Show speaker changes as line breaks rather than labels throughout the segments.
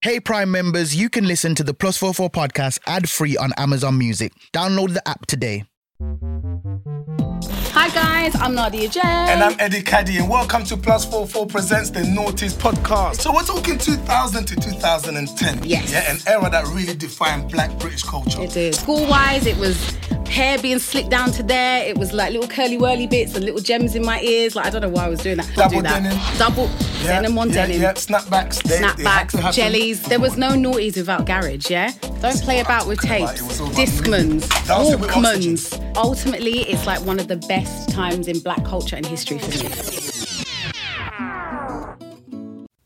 Hey, Prime members, you can listen to the Plus 44 podcast ad free on Amazon Music. Download the app today.
Hi guys, I'm Nadia J.
And I'm Eddie Caddy, and welcome to Plus 44 Presents the Noughties podcast. So, we're talking 2000 to 2010.
Yes.
Yeah, an era that really defined black British culture.
It is. School wise, it was hair being slicked down to there. It was like little curly whirly bits and little gems in my ears. Like I don't know why I was doing that. Can't
Double
do that.
denim.
Double
Yeah,
denim on
yeah,
denim.
Yeah, snapbacks. They, they had to
Snapbacks,
happen.
jellies. There was no noughties without garage, yeah? Don't play about with
talking about.
tapes,
It was all about
discmans,
Dancing with oxygen.
walkmans. Ultimately, it's like one of the best times in black culture and history for me.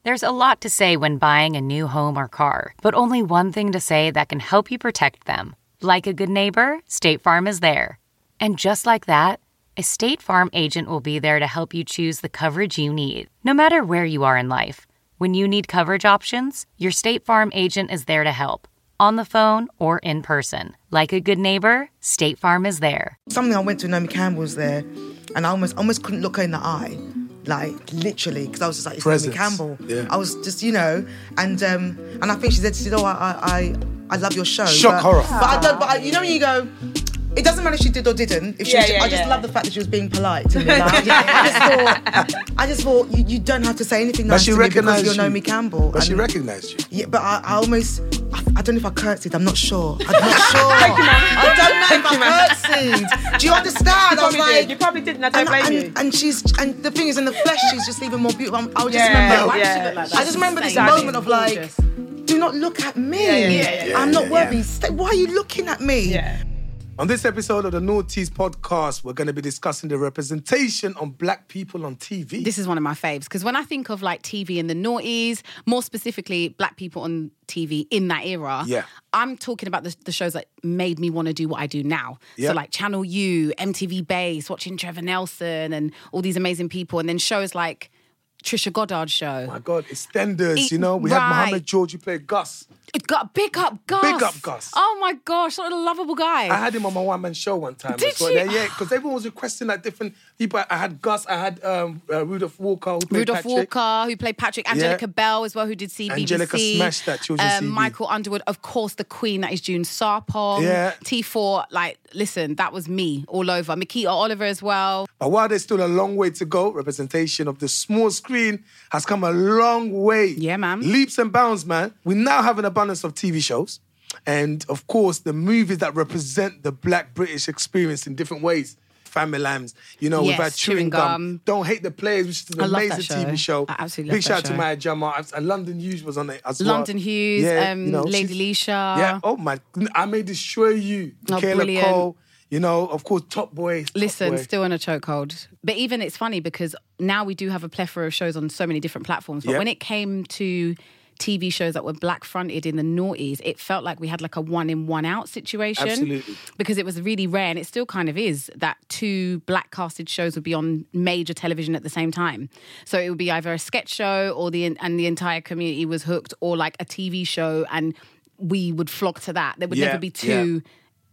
There's a lot to say when buying a new home or car, but only one thing to say that can help you protect them. Like a good neighbor, State Farm is there. And just like that, a State Farm agent will be there to help you choose the coverage you need, no matter where you are in life. When you need coverage options, your State Farm agent is there to help, on the phone or in person. Like a good neighbor, State Farm is there.
something I went to Naomi Campbell's there, and I almost almost couldn't look her in the eye, like literally, because I was just like, it's
Presence,
Naomi Campbell.
yeah.
I was just you know, and um, and I think she said, she said, oh, I I I, I love your show.
Shock
but,
horror.
But I don't. But I, you know when you go. It doesn't matter if she did or didn't. If she, was- I just love the fact that she was being polite to me. Like, I, just, I just thought, I just thought you, you don't have to say anything
But
nice
she
to me because
recognized
you're
you.
Naomi Campbell.
But she
And-
recognized you.
yeah, but I, I almost, I, I don't know if I curtsied. I'm not sure. I'm not sure. I don't know if I curtsied. Do you understand? I was
probably
like,
did. You probably didn't. I don't
and,
blame
and,
you.
and she's, and the thing is, in the flesh, she's just even more beautiful. I'm- I would just
Yeah,
remember.
why does she
yeah.
look like that?
I just remember this
Stunning.
moment of like, do not look at me.
yeah,
I'm not
yeah,
worthy.
yeah.
Stay- Why are you looking at me?
Yeah.
On this episode of the Noughties podcast, we're going to be discussing the representation on black people on TV.
This is one of my faves because when I think of like TV in the noughties, more specifically black people on TV in that era,
Yeah.
I'm talking about the, the shows that made me want to do what I do now.
Yeah.
So like Channel U, MTV Base, watching Trevor Nelson and all these amazing people, and then shows like Trisha Goddard's show.
My God, EastEnders,
It-
you know, we had
right.
Mohammed George who played Gus.
It got big up Gus.
Big Up Gus.
Oh my gosh, what a lovable guy.
I had him on my one man show one time.
Did
as well.
you?
Yeah, because everyone was requesting like different people. I had Gus, I had um, uh, Rudolph Walker, who played
Rudolph
Patrick.
Walker, who played Patrick, Angelica Bell as well, who did CBBC.
Angelica smashed that children's
Um,
CD.
Michael Underwood, of course, the Queen, that is June Sarpong.
Yeah.
T4, like, listen, that was me all over. Makita Oliver as well.
But while there's still a long way to go, representation of the small screen has come a long way.
Yeah, man.
Leaps and bounds, man. We now have an abundance of TV shows. And of course, the movies that represent the black British experience in different ways. Family Lambs, you know, we've
Yes,
had Chewing
Chewing
Gum.
Gum.
Don't Hate the Players, which is an
I love that
amazing
show.
TV show.
I absolutely
Big
love
shout
that
out to
show.
Maya Jama. I've- And London Hughes was on it as well.
London Hughes, um, Lady
she's-
Leisha.
Yeah, oh my, I may destroy you.
Oh,
Kayla
brilliant.
Cole, you know, of course, Top Boy. Top
Listen,
Boy.
still in a chokehold. But even it's funny because now we do have a plethora of shows on so many different platforms. But
Yep.
when it came to TV shows that were black fronted in the noughties, it felt like we had like a one in, one out situation.
Absolutely.
Because it was really rare and it still kind of is that two black casted shows would be on major television at the same time. So it would be either a sketch show or the and the entire community was hooked or like a TV show and we would flog to that. There would
Yeah,
never be
yeah.
two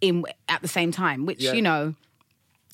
in at the same time, which
Yeah.
you know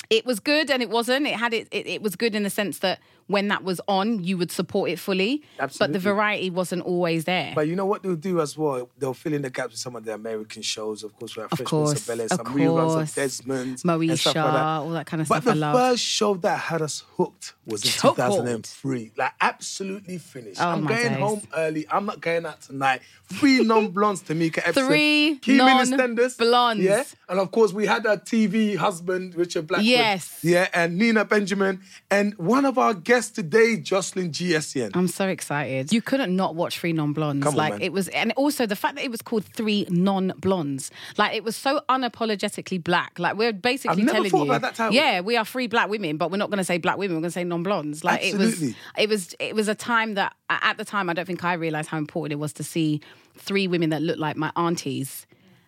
it was good and it wasn't. It had it, it. It was good in the sense that when that was on, you would support it fully. But
Absolutely.
the variety wasn't always there.
But you know what they'll do as well? They'll fill in the gaps with some of the American shows. Of course, we have
Of
Fresh
course,
Prince of Bel-Air,
of
some reruns
course.
of Desmond,
Moesha,
and stuff like that.
all that kind of
but
stuff I
the
love.
first show that had us hooked was in
Chokehold.
2003. Like, absolutely finished.
Oh,
I'm
my
going
days.
home early. I'm not going out tonight. Three non-blondes, Tamika Epson.
Three
Key Min
non-blondes.
Stenders, Yeah. And of course, we had our TV husband, Richard Blackwood.
Yes.
Yeah, and Nina Benjamin. And one of our guests today, Jocelyn GSN.
I'm so excited. You couldn't not watch Three Non Blondes.
Come on,
Like
man.
it was, and also the fact that it was called Three Non Blondes. Like it was so unapologetically black. Like we're basically
I've never
telling
thought
you,
about that title.
yeah, we are three black women, but we're not going to say black women. We're going to say non blondes. Like
Absolutely.
it was, it was, it was a time that at the time I don't think I realized how important it was to see three women that looked like my aunties.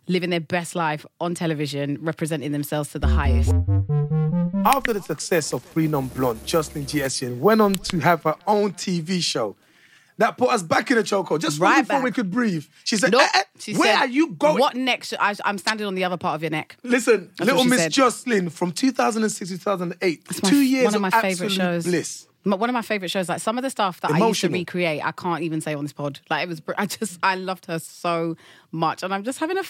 Living their best life on television, representing themselves to the highest.
After the success of Free Non Blonde, Jocelyn GSN went on to have her own TV show. That put us back in the chokehold, just right
Right
before
back.
we could breathe. She said,
Nope.
"Eh, eh,
She
Where
said,
are you going?
What next? I, I'm standing on the other part of your neck.
Listen,
That's
Little
what she
Miss
said.
Jocelyn from 2006 2008.
my-
two years
one of my
absolute
favourite shows.
bliss.
my- one of my favorite shows. Like some of the stuff that I used to
Emotional.
recreate, I can't even say on this pod. Like it was, br- I just, I loved her so much, and I'm just having a fangirl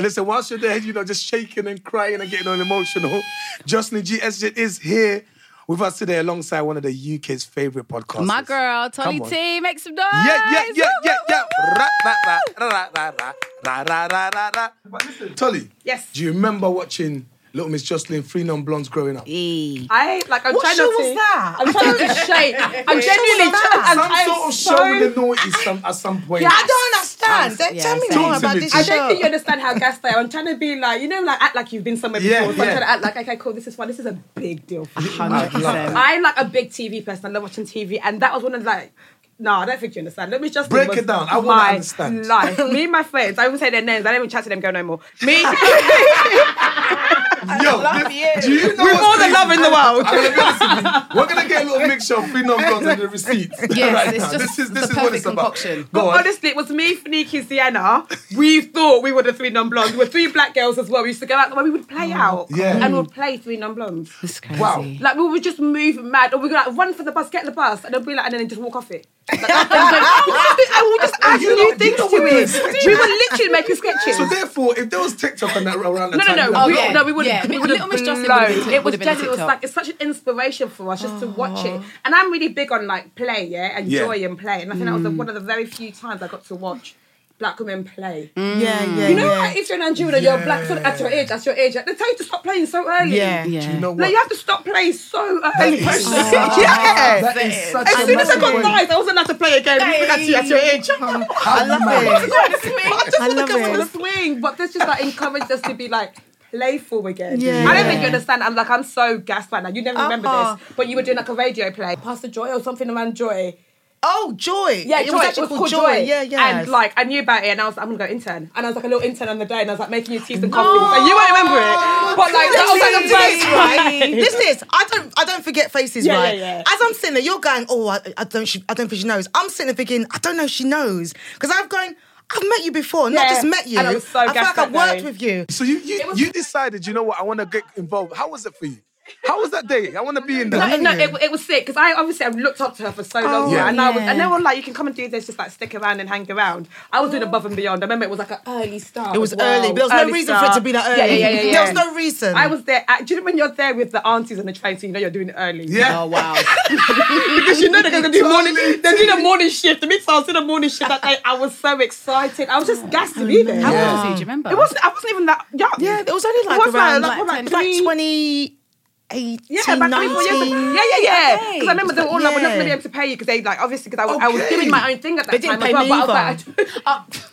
moment.
listen, whilst you're there, you know, just shaking and crying and getting all emotional, Jocelyn G. Esjet is here with us today alongside one of the UK's favourite podcasts.
My girl, Tolly
Come on.
T, make some noise.
Yeah, yeah, yeah,
Woo, woo,
yeah, yeah.
woo, woo.
Ra, ra, ra, ra, ra, ra, ra, ra, ra, ra, ra. But listen, Tolly.
Yes.
Do you remember watching Little Miss Jocelyn, Three Non Blondes growing up?
Hey.
I like. I'm
What
trying
show
not to.
was that?
I'm trying to shake. I'm
What show
genuinely.
was
trying-
that?
I'm,
Some
I'm
sort of
so,
show with the naughty some, at some point.
Yeah,
I don't understand. Don't
Yeah,
tell me
same.
more about this
I
show.
don't think you understand how gassed I am. I'm trying to be like, you know, like act like you've been somewhere before.
Yeah,
so I'm
yeah.
trying to act like, okay, cool, this is fun. This is a big deal. for me.
I love that.
I'm like a big TV person. I love watching TV, and that was one of like. No, I don't think you understand. Let me just
Break it down. I wanna
my
understand.
Life. Me and my friends. I won't say their names. I don't even chat to them. Go no more. Me.
Yo, this- do you know
With
what's
all the
crazy?
love in the
I'm
world.
gonna be honest with you. We're gonna get a little mixture of free non-blondes and the receipts.
Yes,
right
it's
now.
just
this is
the
this is what
perfect
it's about.
concoction.
Go
But
on.
honestly, it was me, Fniki, Sienna. We thought we were the three non-blondes. We were three black girls as well. We used to go out where we would play out,
Mm. Yeah.
and we'll play three non-blondes.
It's crazy.
Wow.
Like we would just move mad, or we would like run for the bus, get the bus, and they'll be like, and then just walk off it. Like, that's what I'm doing. I will just, do- I will just add
You
new
lot-
things
you lot
to
were doing sketches.
it. We were literally making sketches.
So therefore, if there was TikTok and that around the
no, no,
time,
no, Oh,
you know,
no, we,
we
yeah.
all-
no, we would
Yeah,
have.
Little Miss Justin would've been t-
It was
would've been a
just, it was
TikTok.
like it's such an inspiration for us just to watch it. And I'm really big on like play, yeah, and
Yeah.
joy and play. And I think that was the, one of the very few times I got to watch black women play.
yeah, yeah,
You know,
Mm. yeah.
like, if you're Nigerian and you're black so at your age, at your age, they tell you to stop playing so early.
Yeah.
Yeah.
you know
No,
what?
you have to stop playing so early.
That is such a-
yeah.
that is such
As
a
soon as I
massive
got
point.
nice, I wasn't allowed to play again. At, you, at your age.
How
I love
mad.
it.
I just
I
want to
love
go on
it.
the swing, but this just like encouraged us to be like playful again.
Yeah.
I don't think you understand. I'm like I'm so gassed right now. You never remember
Uh-uh.
this, but you were doing like a radio play, Pastor Joy or something around Joy.
Oh, Joy.
Yeah,
it
Joy.
was actually called Joy. Yeah, yeah.
And like I knew about it, and I was like, I'm gonna go intern, and I was like a little intern on the day, and I was like making you teas and coffee. and you won't remember it, but like that was like the first time.
Listen, this. I don't. I don't forget faces,
Yeah,
right?
yeah, yeah.
As I'm sitting there, you're going, "Oh, I, I don't. She, I don't think she knows." I'm sitting there thinking, "I don't know. if She knows," because I've gone. I've met you before, not
Yeah.
just met you.
And I was so
feel
gassed
like I've
that
worked
day.
with you.
So you you, you decided, you know what, I want to get involved. How was it for you? How was that day? I want to be in
No,
that.
no, it, it was sick because I obviously I've looked up to her for so long,
Oh,
right? and I was,
yeah. Oh.
and they were like, you can come and do this, just like stick around and hang around. I was doing above and beyond. I remember it was like an early start.
It was
Wow.
early, but there was no
Early
reason for it to
start.
be that early.
Yeah, yeah, yeah, yeah,
There was
yeah.
no reason.
I was there. At, do you know when you're there with the aunties on the train, so you know you're doing it early?
Yeah.
Oh wow.
because you know they're gonna do morning.
Totally.
They're doing a morning shift. The mid I was doing a morning shift that day. I was so excited. I was
Oh,
just gassed to be there.
How old was he? Do you remember?
It wasn't. I wasn't even that young.
Yeah, it was only like
wasn't
around
like,
like,
what, like,
like
three-
2018,
Yeah, about three, four years ago.
19.
Yeah, yeah, yeah.
Okay.
Because I remember they were all like, we're not going to be
Yeah.
able to pay you because they, like, obviously, because I, was I was
Okay.
doing my own thing at that
They didn't
time.
pay
as
me
well, but I was
either.
like,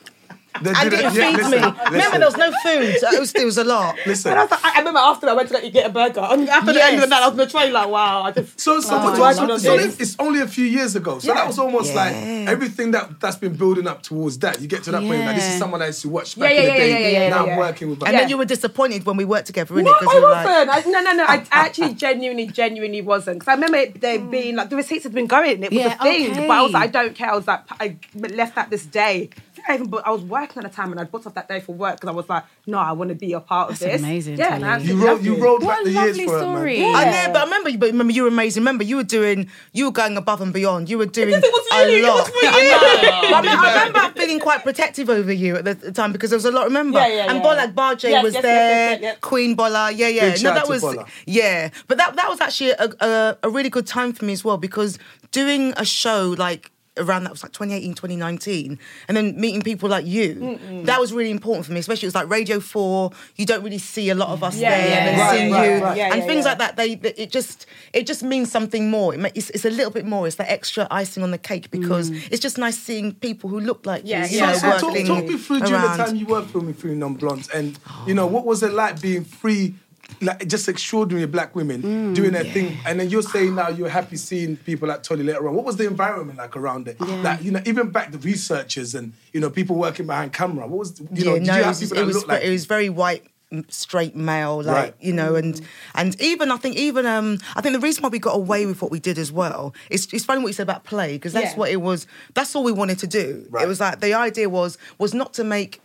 They did
And didn't
it.
feed
listen,
me.
listen.
Remember, there was no food. So it, was, it was a lot.
Listen.
I, was like, I I remember after that, I went to like, get a burger. And after the end of the night, I was on the train, like, wow, I just.
So, so,
Wow.
so
I love
so
this.
it's only a few years ago. So
Yeah.
that was almost like everything that that's been building up towards that. You get to that point that this is
Yeah.
someone I used to watch back
Yeah,
in
yeah,
the
yeah,
day.
yeah, yeah,
now
yeah,
I'm
yeah.
working with.
And
Yeah.
then you were disappointed when we worked together, innit?
No, I
'Cause you were like-
wasn't. I, no, no, no. I actually genuinely, genuinely wasn't. Because I remember it, there being like the receipts had been going. It was
Yeah,
a thing.
okay.
But I was like, I don't care. I was like, I left that this day. I think I even bought, I was working at the time and I bought off that day for work because I was like, no, I want to be a part of
That's
this.
amazing,
Yeah,
Tony.
and I
You
absolutely
rolled,
loved
you
it.
rolled back
What
the
a
years
lovely
for it,
story.
man.
I know, but I remember you. But remember, you were amazing. Remember, you were doing. You were going above and beyond. You were doing
Because it was
a
you, it
lot.
was for you.
I, know. But I, mean, I remember feeling quite protective over you at the the time because there was a lot. Remember,
Yeah, yeah,
and
yeah.
Bolak Barjay
Yes,
was
yes, yes,
there.
yes, yes, yes.
Queen Bola. Yeah, yeah.
Big
no,
shout
that
to
was.
Bola.
Yeah, but that that was actually a, a a really good time for me as well because doing a show like. Around that was like 2018, 2019, and then meeting people like you. That was really important for me, especially it was like Radio 4. You don't really see a lot of us
Yeah,
there,
yeah,
and
yeah.
seeing
Right,
you,
right, right.
Yeah,
and
yeah,
things
yeah.
like that that they that it just it just means something more it, ma- it's, it's a little bit more it's that extra icing on the cake because it's just nice seeing people who look like
Mm. Yeah,
you
yeah.
you
So,
know,
so talk,
working
talk me through during
around.
the time you worked with me through Non Blondes, and you know what was it like being free, like just extraordinary black women
Mm.
doing their thing. And then you're saying now you're happy seeing people like Tolly later on. What was the environment like around it? Like you know, even back the researchers and you know people working behind camera. What was you know?
yeah,
did
no,
you
it
have
was,
people
it
that
was
looked like?
it was very white m- straight male like
Right.
you know and and even i think even um i think the reason why we got away with what we did as well it's, it's funny what you said about play because that's
Yeah.
what it was that's all we wanted to do
Right.
it was like the idea was was not to make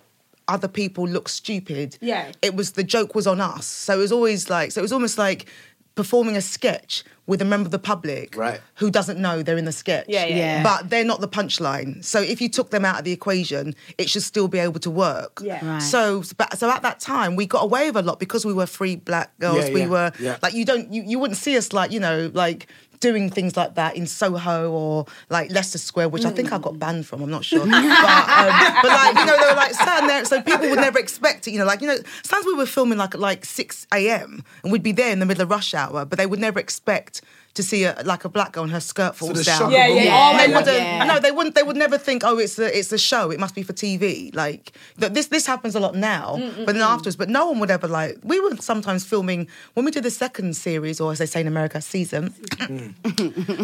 other people look stupid
Yeah.
it was the joke was on us so it was always like so it was almost like performing a sketch with a member of the public
Right.
who doesn't know they're in the sketch.
Yeah, yeah,
Yeah. yeah.
But they're not the punchline. So if you took them out of the equation, it should still be able to work.
Yeah. Right.
So but- so at that time we got away with a lot because we were free black girls.
Yeah,
we
yeah,
were
yeah.
like you don't you, you wouldn't see us like, you know, like doing things like that in Soho or like Leicester Square, which I think I
Mm.
got banned from, I'm not sure. but, um, but like, you know, they were like stand there so people would never expect it, you know, like, you know, sometimes we were filming like at like six AM and we'd be there in the middle of rush hour, but they would never expect to see a, like a black girl and her skirt falls
the
down.
shock Yeah, of
yeah,
Oh,
yeah.
they wouldn't.
Yeah.
No, they wouldn't. They would never think. Oh, it's a it's a show. It must be for TV. Like th- this this happens a lot now,
Mm,
but then afterwards. But no one would ever like. We were sometimes filming when we did the second series, or as they say in America, season.
Mm.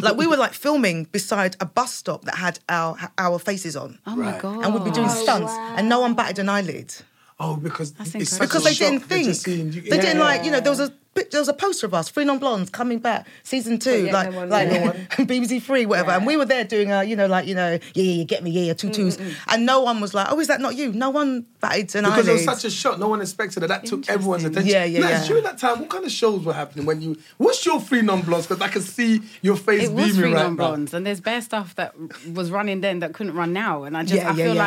like we were like filming beside a bus stop that had our our faces on,
Oh my god.
and we'd be doing stunts, and no one batted an eyelid
Oh, because it's such
because
a
they
shock.
didn't
They're
think.
just seeing you-
they
Yeah,
didn't
yeah.
like you know there was a bit- there was a poster of us, Three Non Blondes coming back, season two,
yeah,
like
no one-
like
no
BBC Three, whatever. And we were there doing our, you know, like you know, yeah, yeah, you get me, yeah, yeah, two twos.
Mm,
and no one was like, oh, is that not you? No one batted an
Because it was
eyelid.
such a shock, no one expected it. That took everyone's attention.
Yeah, yeah,
Naz,
yeah.
During that time, what kind of shows were happening when you? What's your free non-blondes? Because I can see your face
It was
beaming
free
right
on
now.
bronze, and there's bare stuff that was running then that couldn't run now. And I just,
Yeah,
I
yeah,
feel
yeah.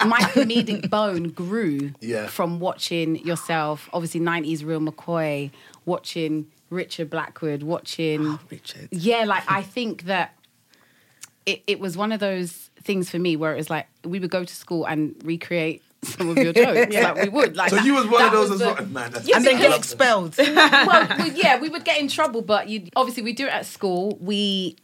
like my comedic bone grew
Yeah.
from watching yourself, obviously 90s Real McCoy, watching Richard Blackwood, watching.
Richard.
Yeah, like I think that it, it was one of those things for me where it was like we would go to school and recreate some of your jokes. Like we would. Like
So
that-
you was one
that
of those
was
as
the-
well, man. That's
and then get expelled.
well, we, yeah, we would get in trouble, but you obviously we do it at school. We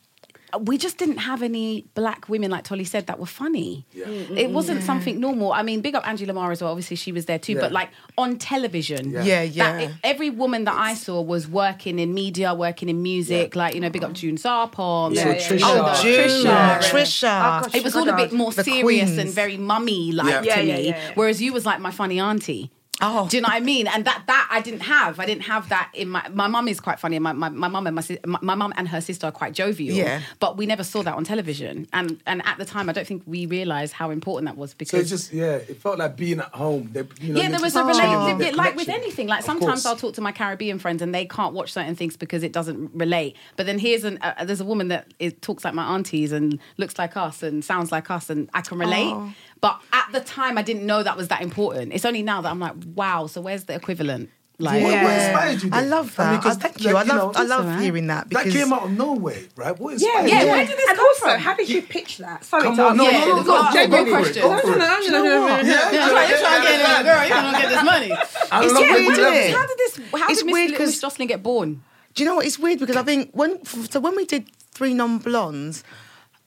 we just didn't have any black women, like Tolly said, that were funny.
Yeah.
Mm,
It wasn't something normal. I mean, big up Angie Lamar as well. Obviously, she was there too, but
Yeah.
like on television.
Yeah,
that- e,
yeah.
every woman that I saw was working in media, working in music. Like you know, big up June Zarpon.
Yeah,
and
yeah,
all
yeah.
those-
Oh, June,
Trisha.
yeah,
and-
Trisha.
Oh, gosh.
It was all a bit more
The
serious
queens.
and very mummy like
Yeah.
to
Yeah,
me.
yeah, yeah, yeah.
Whereas you was like my funny auntie.
Oh.
Do you know what I mean? And that that I didn't have. I didn't have that in my my mum is quite funny. My my my mum and my sis- my my mum and her sister are quite jovial.
Yeah.
But we never saw that on television. And and at the time I don't think we realised how important that was
So
because
it's just yeah, it felt like being at home. They, you know,
yeah,
they
there was
just
a
chilling
relationship.
their
yeah, Like with
connection.
anything, like
Of
sometimes
course.
I'll talk to my Caribbean friends and they can't watch certain things because it doesn't relate. But then here's an uh, there's a woman that is, talks like my aunties and looks like us and sounds like us and I can relate.
Oh.
But at the time, I didn't know that was that important. It's only now that I'm like, wow. So where's the equivalent? Like,
What-
Yeah.
what inspired you
I
then?
love
I
that.
mean,
I
'cause,
thank
like,
you. I
you know,
love, I love
alright.
hearing that
That
because
came out of nowhere, right? What
Yeah,
inspired
yeah.
you?
Where did this
And
come
also,
from? How did you pitch that? Sorry,
Come
to
on, no,
ask
Yeah,
no, no,
it's
no,
got-
go
good
for it,
question.
go for it.
No, no, no, no, no.
Yeah,
You're trying, you're trying to get this girl. You're trying to get this money.
I
It's
love when
weird,
you
isn't
do
it?
How did this? How
It's
did Miss
weird
Little
'cause-
Miss Jocelyn get born?
Do you know what? It's weird because I think when so when we did three non blondes,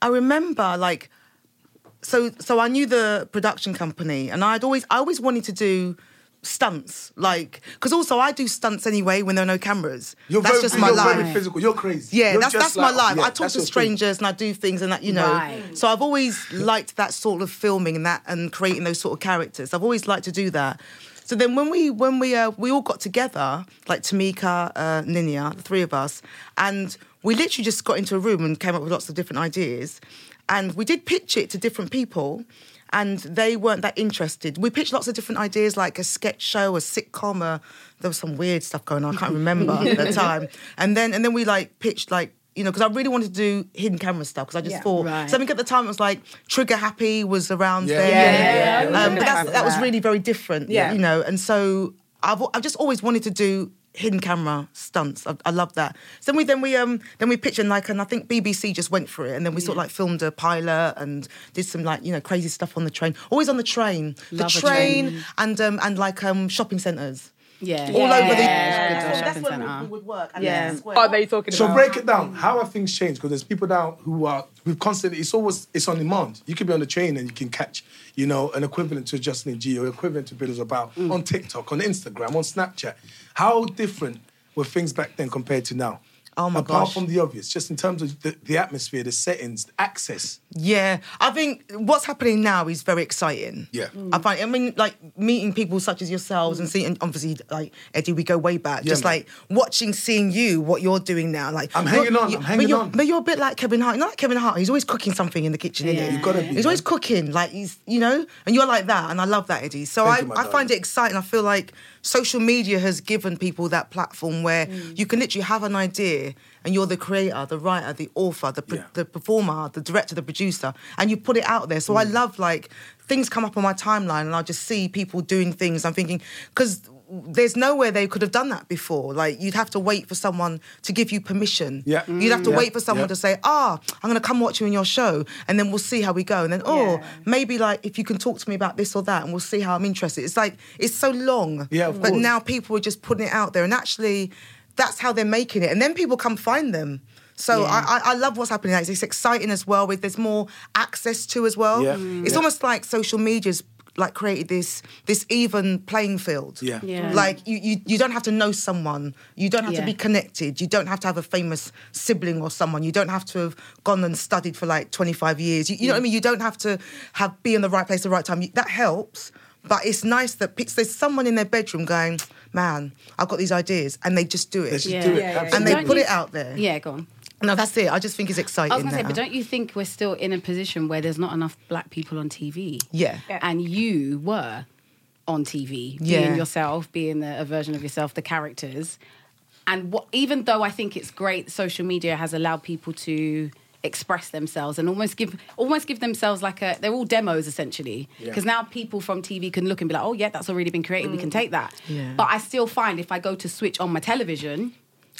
I remember like so so I knew the production company and I'd always I always wanted to do stunts like because also I do stunts anyway when there are no cameras.
You're
that's
very,
just my
you're
life.
Very physical. You're crazy.
Yeah,
You're
that's
just
that's
like-
my life.
yeah,
I talk
that's
to
your thing.
strangers and I do things and that you know.
Right.
So I've always liked that sort of filming and that and creating those sort of characters. I've always liked to do that. So then when we when we uh, we all got together, like Tamika, uh, Ninia, the three of us, and we literally just got into a room and came up with lots of different ideas, and we did pitch it to different people. And they weren't that interested. We pitched lots of different ideas, like a sketch show, a sitcom, a, there was some weird stuff going on. I can't remember at the time. And then and then we like pitched like you know because I really wanted to do hidden camera stuff because I just
Yeah,
thought
right.
something at the time it was like Trigger Happy was around
Yeah,
there.
yeah, yeah, yeah, yeah.
Um,
Yeah.
but that's, that was
Yeah.
really very different.
Yeah.
you know. And so I've I've just always wanted to do hidden camera stunts. I, I love that. So then we then we um then we pitched and like and I think BBC just went for it and then we
Mm.
sort of like filmed a pilot and did some like you know crazy stuff on the train. Always on the train,
Love
the
a
train,
train.
and um and like um shopping centres.
Yeah,
All over the
Yeah.
So
Good
that's
shopping
when we-
centre.
we would work. And
Yeah.
that's where-
What are Oh, they talking
So
about?
break it down. How have things changed? Because there's people now who are we've constantly. It's always it's on demand. You could be on the train and you can catch, you know, an equivalent to Justin G or equivalent to Biddles about on TikTok, on Instagram, on Snapchat. How different were things back then compared to now?
Oh my
apart
gosh.
from the obvious, just in terms of the, the atmosphere, the settings, the access.
Yeah, I think what's happening now is very exciting.
Yeah. Mm.
I find. I mean, like meeting people such as yourselves and seeing, and obviously, like Eddie, we go way back.
Yeah,
just
man.
like watching, seeing you, what you're doing now. Like
I'm
you're-
hanging on,
you-
I'm hanging
but you're,
on.
But you're a bit like Kevin Hart. You know, like Kevin Hart. He's always cooking something in the kitchen. Isn't
Yeah.
he?
You
gotta be,
He's
man.
always cooking. Like he's, you know, and you're like that, and I love that, Eddie. So
Thank
I,
you, my
I find
darling.
it exciting. I feel like social media has given people that platform where
Mm.
you can literally have an idea and you're the creator, the writer, the author, the, pr-
Yeah.
the performer, the director, the producer, and you put it out there. So I
Mm.
love like things come up on my timeline and I just see people doing things. I'm thinking, because there's nowhere they could have done that before. Like you'd have to wait for someone to give you permission.
Yeah.
You'd have to
Mm.
wait for someone
Yeah.
to say, ah, I'm going to come watch you in your show and then we'll see how we go. And then, oh,
Yeah.
maybe like if you can talk to me about this or that and we'll see how I'm interested. It's like, it's so long.
Yeah, of
But
course.
now people are just putting it out there and actually that's how they're making it. And then people come find them. So
Yeah.
I, I, I love what's happening. It's, it's exciting as well. With there's more access to as well.
Yeah. Mm.
It's
Yeah.
almost like social media's like created this this even playing field.
Yeah.
Yeah.
Like you, you you don't have to know someone. You don't have to
Yeah.
be connected. You don't have to have a famous sibling or someone. You don't have to have gone and studied for like 25 years. You, you know what I mean? You don't have to have be in the right place at the right time. You, that helps. But it's nice that pe- there's someone in their bedroom going, man, I've got these ideas, and they just do
They
it.
should
Yeah.
do it.
Yeah, yeah,
absolutely.
And they
Don't
put
you-
it out there.
Yeah, go on.
No, that's it. I just think it's exciting.
I was going to say,
now.
but don't you think we're still in a position where there's not enough black people on TV?
Yeah.
Yeah.
And you were on TV,
Yeah.
being yourself, being the, a version of yourself, the characters. And what, even though I think it's great, social media has allowed people to express themselves and almost give almost give themselves like a they're all demos essentially
Yeah.
because now people from TV can look and be like oh yeah that's already been created we can take that
Mm. Yeah.
but I still find if I go to switch on my television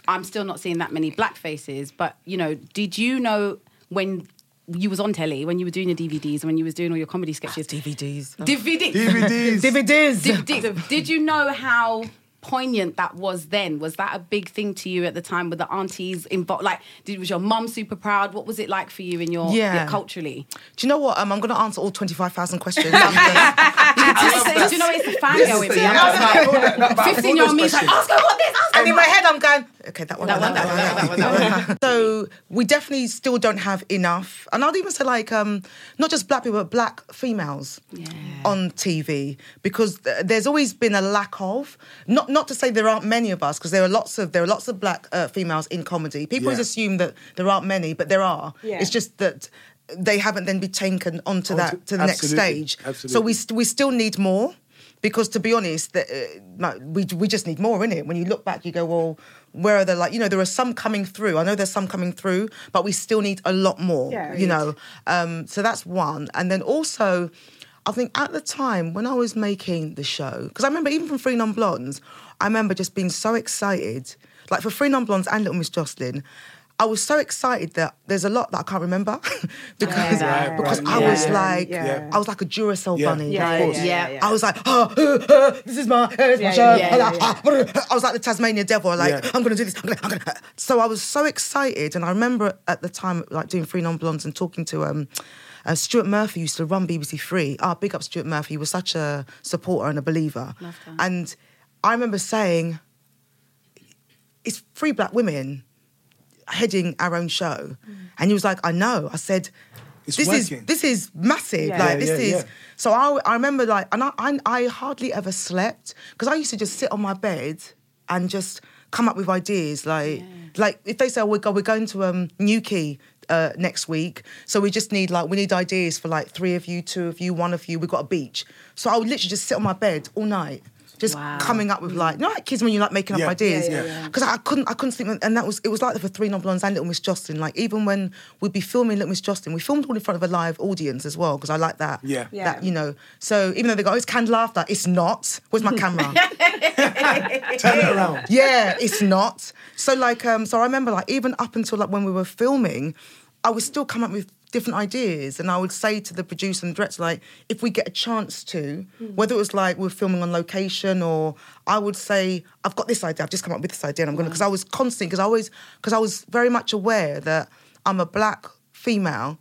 I'm still not seeing that many black faces but you know did you know when you was on telly when you were doing your DVDs and when you was doing all your comedy
Ah,
sketches
DVDs.
DVD
DVDs.
DVDs.
did, did, did you know how poignant that was then? Was that a big thing to you at the time with the aunties involved? Like, did, was your mum super proud? What was it like for you in your
Yeah.
yeah, culturally?
Do you know what? Um, I'm going to answer all 25,000 questions. I'm
do you know it's the fan going?
Yeah, I know that, that- but I thought
15 year old
those
me's like, ask
questions.
her what this, ask her
and in my head, I'm going, okay, that one,
That one, that one, that one, that one, that one.
So we definitely still don't have enough, and I'd even say like um, not just black people, but black females on TV because th- there's always been a lack of. Not not to say there aren't many of us because there are lots of there are lots of black uh, females in comedy. People always
Yeah.
assume that there aren't many, but there are.
Yeah.
It's just that they haven't then been taken onto that to the
absolutely,
next stage. So
absolutely.
we st- we still need more because to be honest, the, uh, like, we we just need more in it. When you look back, you go, well, where are the like? You know, there are some coming through. I know there's some coming through, but we still need a lot more.
Yeah,
you
agreed.
know, um, so that's one. And then also, I think at the time when I was making the show, because I remember even from Free Non Blondes, I remember just being so excited. Like for Free Non Blondes and Little Miss Jocelyn, I was so excited that there's a lot that I can't remember because
Yeah. Right,
because
right,
I
yeah.
was like
Yeah.
I was like a Duracell
Yeah,
bunny.
of
like,
course.
Yeah, yeah,
I was like, "Ah, uh, uh, this is my, uh, it's my
Yeah,
show.
yeah, yeah,
Ah, ah, ah, I was like the Tasmania devil, like,
Yeah.
I'm gonna do this, I'm gonna, I'm gonna. So I was so excited. And I remember at the time, like doing Free Non Blondes and talking to um, uh, Stuart Murphy, who used to run BBC Three. Ah, big up Stuart Murphy. He was such a supporter and a believer.
Love that.
And I remember saying, it's three black women heading our own show.
Mm.
And he was like, I know. I said,
It's
this is
working.
this is massive.
Yeah.
Like
Yeah,
this
yeah,
is
yeah.
so I, I remember like and I, I I hardly ever slept because I used to just sit on my bed and just come up with ideas like like if they say oh, we're, go, we're going to um New Key uh, next week so we just need like we need ideas for like three of you two of you one of you we've got a beach so I would literally just sit on my bed all night just
Wow.
coming up with like you know like kids when you're like making up
Yeah.
ideas
Mm. Yeah, yeah, yeah.
because I couldn't, I couldn't sleep, and that was it was like that for Three Non Blondes and Little Miss Jocelyn. Like even when we'd be filming Little Miss Jocelyn, we filmed all in front of a live audience as well because I like that.
Yeah.
that
Yeah.
you know. So even though they go, oh, it's canned laughter, it's not. Where's my camera?
Turn it around.
yeah, it's not. So like, um, so I remember like even up until like when we were filming, I would still come up with different ideas, and I would say to the producer and director like, if we get a chance to, whether it was like we're filming on location or I would say I've got this idea, I've just come up with this idea, and I'm gonna because I was constant because I always because I was very much aware that I'm a black female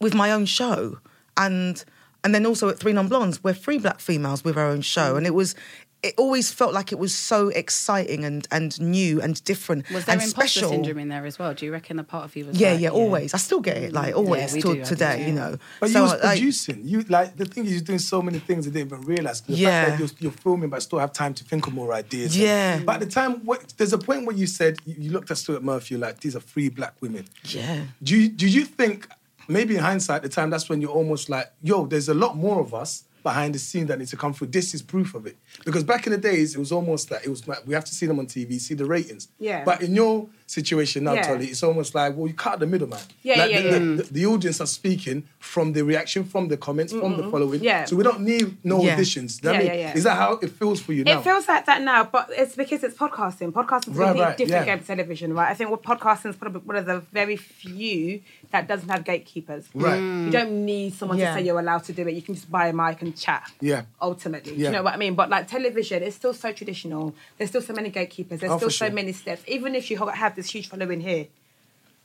with my own show and and then also at Three Non Blondes, we're three black females with our own show. And it was it always felt like it was so exciting and and new and different
Was there
and
imposter
special.
syndrome in there as well? Do you reckon the part of you was
Yeah,
like,
yeah, always. I still get it, like always
we
till
do, I think,
today,
yeah.
you know.
But
So,
you was
like,
producing. you like the thing is you're doing so many things you didn't even realize. The
Yeah.
fact that you're, you're filming but still have time to think of more ideas.
Yeah.
But at the time, what, there's a point where you said you, you looked at Stuart Murphy you're like these are free black women.
Yeah.
Do you, do you think maybe in hindsight at the time that's when you're almost like yo there's a lot more of us behind the scene that need to come through. This is proof of it because back in the days it was almost like it was like, we have to see them on TV, see the ratings.
Yeah.
But in your situation now,
Yeah.
Tolly, it's almost like well you cut out the middleman.
Yeah,
Like,
yeah,
the, The,
yeah.
the, the audience are speaking from the reaction, from the comments, from the following.
Yeah.
So we don't need no
Yeah.
auditions. Do you know what
Yeah,
I mean?
yeah, yeah.
Is that how it feels for you now?
It feels like that now, but it's because it's podcasting. Podcasting is
Right,
a completely
right,
different
yeah.
game to television, right? I think what podcasting is probably one of the very few that doesn't have gatekeepers.
Right. Mm.
You don't need someone
Yeah.
to say you're allowed to do it. You can just buy a mic and chat.
Yeah.
Ultimately, Do
Yeah.
you know what I mean? But like television, it's still so traditional. There's still so many gatekeepers. There's
Oh,
still
for
so
sure.
many steps. Even if you ha- have this huge following here,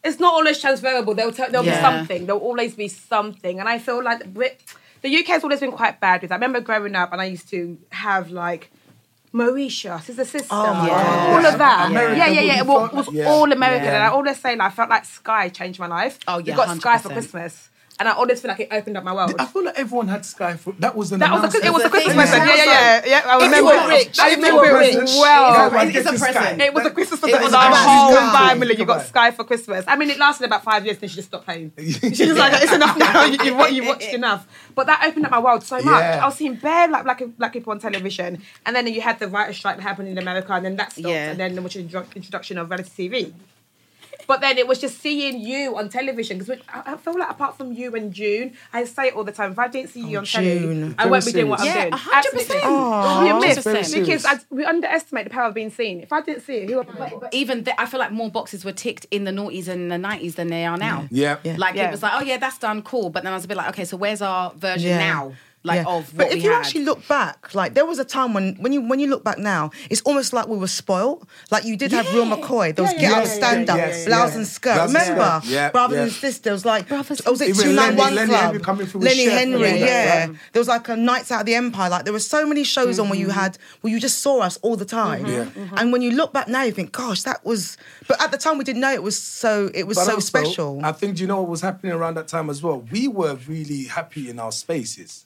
it's not always transferable. There'll, t- there'll
Yeah.
be something. There'll always be something. And I feel like Brit- the UK has always been quite bad with that. I remember growing up and I used to have like Mauritius, his sister,
yeah.
all of that.
America
yeah, yeah, yeah. It
would
was,
be fun.
was
Oh, Yeah.
all American.
Yeah.
And I always say, like, I felt like Sky changed my life.
Oh,
We
yeah,
got Sky for
100%.
Christmas. And I always feel like it opened up my world.
I feel like everyone had Sky for that was an
That was a,
announcement.
it was a
It's a thing.
Christmas present. Yeah, yeah, yeah, yeah. I
If you
remember
were
it.
rich,
I
if you
remember
were
it
rich,
well.
it's a present.
It was a Christmas
It
present. It
was
was
a
our
Christmas
whole
present.
family. You got
Goodbye.
Sky for Christmas. I mean, it lasted about five years, then she just stopped playing. She was like, "It's enough now. You, you, what you watched enough." But that opened up my world so much.
Yeah.
I was seeing bare like black black people on television, and then you had the writer strike that happened in America, and then that stopped,
Yeah.
and then there was the intro- introduction of reality TV. But then it was just seeing you on television because I I feel like apart from you and June, I say it all the time. If I didn't see you
Oh,
on
June.
telly, I won't be doing what I'm
Yeah,
doing.
100%.
Absolutely. It'll be a
Very
miss
serious.
because I, we underestimate the power of being seen. If I didn't see it, who would I? But
Even th- I feel like more boxes were ticked in the noughties and the nineties than they are now.
Yeah. Yeah.
like
Yeah.
it was like, oh yeah, that's done, cool. But then I was a bit like, okay, so where's our version
Yeah.
now? Like
Yeah.
of what
but if
we
you
had?
actually look back like there was a time when when you when you look back now it's almost like we were spoiled like you did have real mccoy there was
yeah,
get
yeah,
out
yeah,
stand up
yeah, yeah,
blouse
yeah.
and skirt
Blouse and
remember
skirt. Yeah,
brother
yeah.
and sister was like
Brothers
I was
and
it
Sisters.
two
Even
nine
Lenny-
one
Lenny
club
Henry coming through with
Lenny
Chef and
Henry
all
yeah,
that, right?
there was like a Nights Out of the Empire like there were so many shows on where you had where you just saw us all the time
Yeah.
and when you look back now you think gosh that was but at the time we didn't know it was so it was
But
so
also,
special
I think do you know what was happening around that time as well? We were really happy in our spaces.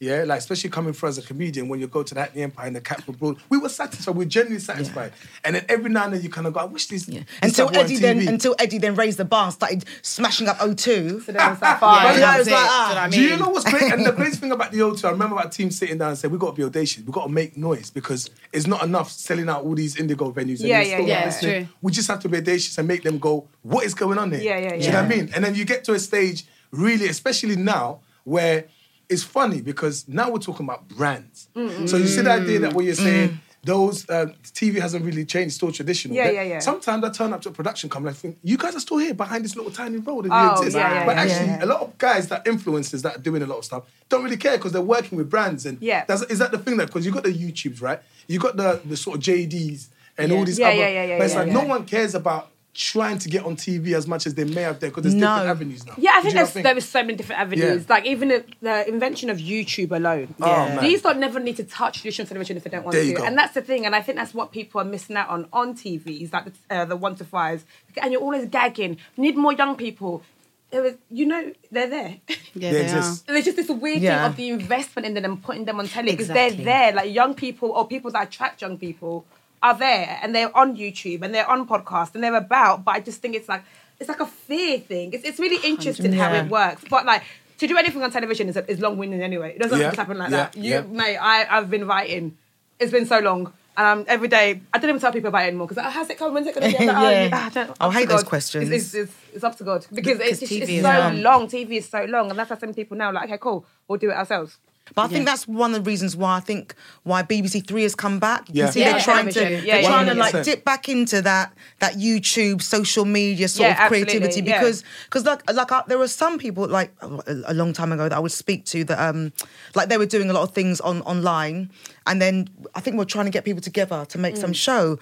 Yeah, like especially coming through as a comedian when you go to that the Empire and the Capitol Broad, we were satisfied. We were genuinely satisfied. And then every now and then you kind of go, I wish this. this
until
stuff were on
Eddie then
TV.
until Eddie then raised the bar and started smashing up O2.
then it was like, fine.
Yeah,
But now
that
it's
was it.
like,
Do you
ah.
know what I
Do you
mean?
know what's great? And the greatest thing about the O2, I remember our team sitting down and said, we've got to be audacious. We've got to make noise because it's not enough selling out all these indigo venues. And they're
Yeah, yeah,
still
yeah,
not
it's
listening.
true.
We just have to be audacious and make them go, what is going on here?
Yeah, yeah,
Do you know
yeah.
what I mean? And then you get to a stage, really, especially now, where it's funny because now we're talking about brands. So you see the idea that what you're saying, those uh, TV hasn't really changed, still traditional.
Mm. Yeah,
That-
yeah, yeah.
Sometimes I turn up to a production company, I think you guys are still here behind this little tiny road, and
Oh,
you exist.
yeah, yeah,
but
yeah,
actually,
yeah.
a lot of guys that influencers that are doing a lot of stuff don't really care because they're working with brands. And
Yeah.
that's, is that the thing that because you got the YouTubes right, you got the the sort of JDs and all these
Yeah,
other.
yeah, yeah, yeah,
but it's
yeah,
like
yeah.
no one cares about trying to get on TV as much as they may have there because there's
No.
different avenues now.
Yeah, I
Do you
think
know what
there's, there is so many different avenues.
Yeah.
Like even the, the invention of YouTube alone.
Yeah. man.
These don't never need to touch traditional television if they don't want
There
to.
you go.
And that's the thing. And I think that's what people are missing out on on TV. Is like the, uh, the one to fives, and you're always gagging. We need more young people. It was, you know, they're there.
Yeah,
They
they are.
exist.
There's just this weird
Yeah.
thing of the investment in them and putting them on telly because
Exactly.
they're there. Like young people or people that attract young people are there and they're on YouTube and they're on podcasts and they're about. But I just think it's like it's like a fear thing. It's, it's really interesting how
Yeah.
it works. But like to do anything on television is, is long winded anyway. It doesn't
Yeah.
just happen like
Yeah.
that. You
Yeah.
mate, I I've been writing. It's been so long. And um, every day, I don't even tell people about it anymore because how's it coming? When's it going to be? I'm
Yeah.
like, oh, you- ah, I don't-
I'll
up to
hate those
God.
questions.
It's- it's- it's, it's up to God because it's, it's,
TV
it's
is
so
long.
long. TV is so long, and that's why some people now are like, okay, cool, we'll do it ourselves.
But I think that's one of the reasons why I think why BBC Three has come back. You
Yeah.
can see
Yeah,
they're trying to
television. Yeah,
they're
yeah,
trying to like
100%.
dip back into that that YouTube social media sort
Yeah,
of
absolutely,
creativity
yeah.
because because like like I, there were some people like a a long time ago that I would speak to that um like they were doing a lot of things on online and then I think we're trying to get people together to make
Mm.
some show,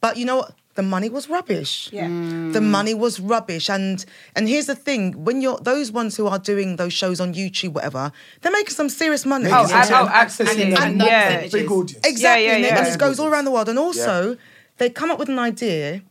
but you know what the money was rubbish.
Yeah.
The money was rubbish. And and here's the thing, when you're those ones who are doing those shows on YouTube, whatever, they're making some serious money.
Making
Oh,
some
I-
sense.
oh, absolutely.
Accessing
And
that
yeah.
big audience.
Exactly.
Yeah, yeah,
and it-
yeah.
and this goes all around the world. And also, they come up with an idea.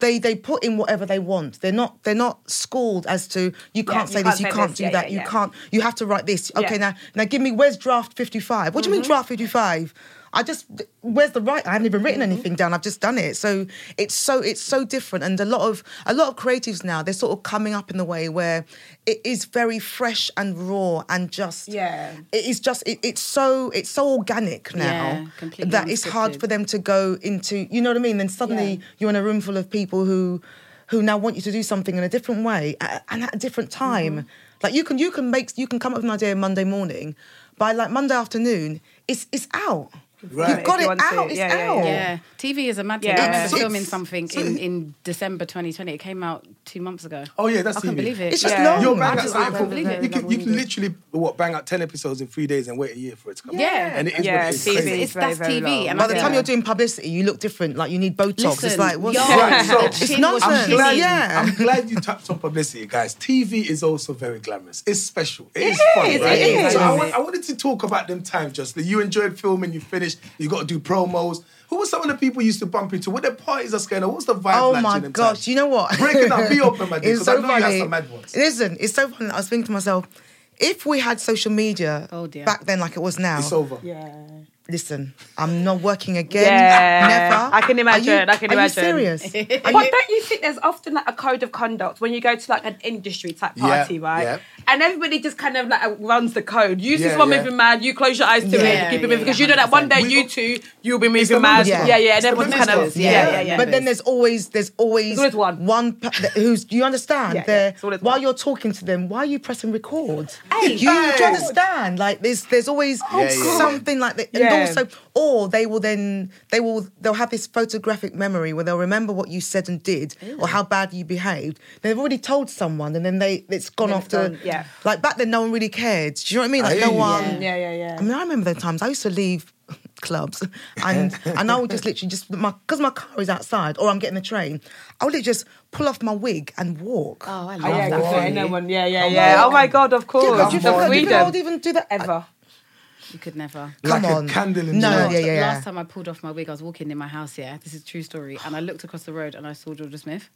They they put in whatever they want. They're not they're not schooled as to you can't
you
say
can't
this, you
say
can't
this.
do
Yeah,
that,
yeah,
you
yeah.
can't. You have to write this.
Yeah. Mm-hmm.
Okay, now now give me where's draft fifty five. What do you mean draft fifty five? I just where's the right? I haven't even
Mm-hmm.
written anything down. I've just done it. So it's so it's so different. And a lot of a lot of creatives now they're sort of coming up in the way where it is very fresh and raw and just
Yeah.
It is just it, it's so it's so organic now
Yeah,
now
completely
that it's hard
unscripted.
for them to go into you know what i mean then suddenly
Yeah.
you're in a room full of people who who now want you to do something in a different way a- and at a different time like you can you can make you can come up with an idea monday morning by like monday afternoon it's it's out
Right.
you've got
If you
it
want to,
out it's
yeah, yeah,
out
Yeah, TV is a mad thing.
Yeah.
I remember
It's-
filming
it's-
something in, in December 2020. It came out two months ago.
Oh yeah, that's
I can't
TV.
believe it.
It's just
Yeah.
long.
You'll
I
bang out
just-
I
something
can't
from-
believe it.
You can, you can literally what bang out ten episodes in three days and wait a year for it to come. out.
Yeah.
and it is
Yeah,
what it is.
TV.
Crazy.
It's, it's
very,
that's
very
TV.
long.
And
by
I
the
think-
time you're doing publicity you look different like you need botox it's
Listen,
like what's
y'all,
Right, so-
the
It's
chin was
nonsense.
thin.
Like, yeah.
I'm glad you tapped on publicity, guys. TV is also very glamorous. It's special. It is, fun,
is,
right?
it is.
So I,
Love
want, I wanted to talk about them times, Just You enjoyed filming, you finished, you got to do promos. Who were some of the people you used to bump into? What their parties are going on? What's the vibe
Oh
like
my
during them
gosh!
times?
You know what?
Break it up, be open, my dear,
It's
'cause I know you had some mad ones.
Listen, it's so funny. I was thinking to myself, if we had social media
Oh, dear.
back then like it was now,
It's over.
Yeah.
listen, I'm not working again.
Yeah.
Never.
I can imagine,
Are you,
I can imagine.
Are you serious? Are
but
you-
don't you think there's often like a code of conduct when you go to like an industry type
Yeah,
party, right?
yeah.
And everybody just kind of like runs the code. You see
Yeah,
someone
yeah.
moving mad, you close your eyes to it,
Yeah,
you keep it
yeah,
moving because you know that one day
100%.
you two you'll be
the
moving mad.
numbers,
Yeah,
yeah.
yeah, and
It's the
everyone's kind
numbers,
of
yeah.
yeah, yeah, yeah.
But then there's always there's always,
There's always one.
one per- that- who's do you understand?
Yeah, yeah,
They're-
it's always
while
one.
you're talking to them, why are you pressing record?
Hey. Oh,
you, do
Hey.
you understand? Like there's there's always
yeah.
something like that. And
Yeah.
also or they will then they will they'll have this photographic memory where they'll remember what you said and did or how badly you behaved. They've already told someone and then they it's gone
Then
off
it's
to
gone, yeah.
like back then no one really cared. Do you know what I mean? Like
hear
no
you.
one
yeah, yeah, yeah.
I mean, I remember those times. I used to leave clubs, and and I would just literally just my because my car is outside, or I'm getting the train. I would literally just pull off my wig and walk.
Oh, I
Oh, yeah,
love that.
exactly.
on.
No one, yeah, yeah, yeah. Oh my god, of course.
Yeah, 'cause
you
the
forgot
you think I would
freedom
even do that
ever.
You could never.
Come
like
on.
a candle in
No,
the
yeah,
dark.
yeah, yeah.
Last time I pulled off my wig, I was walking in my house. Yeah, this is a true story. And I looked across the road and I saw Georgia Smith.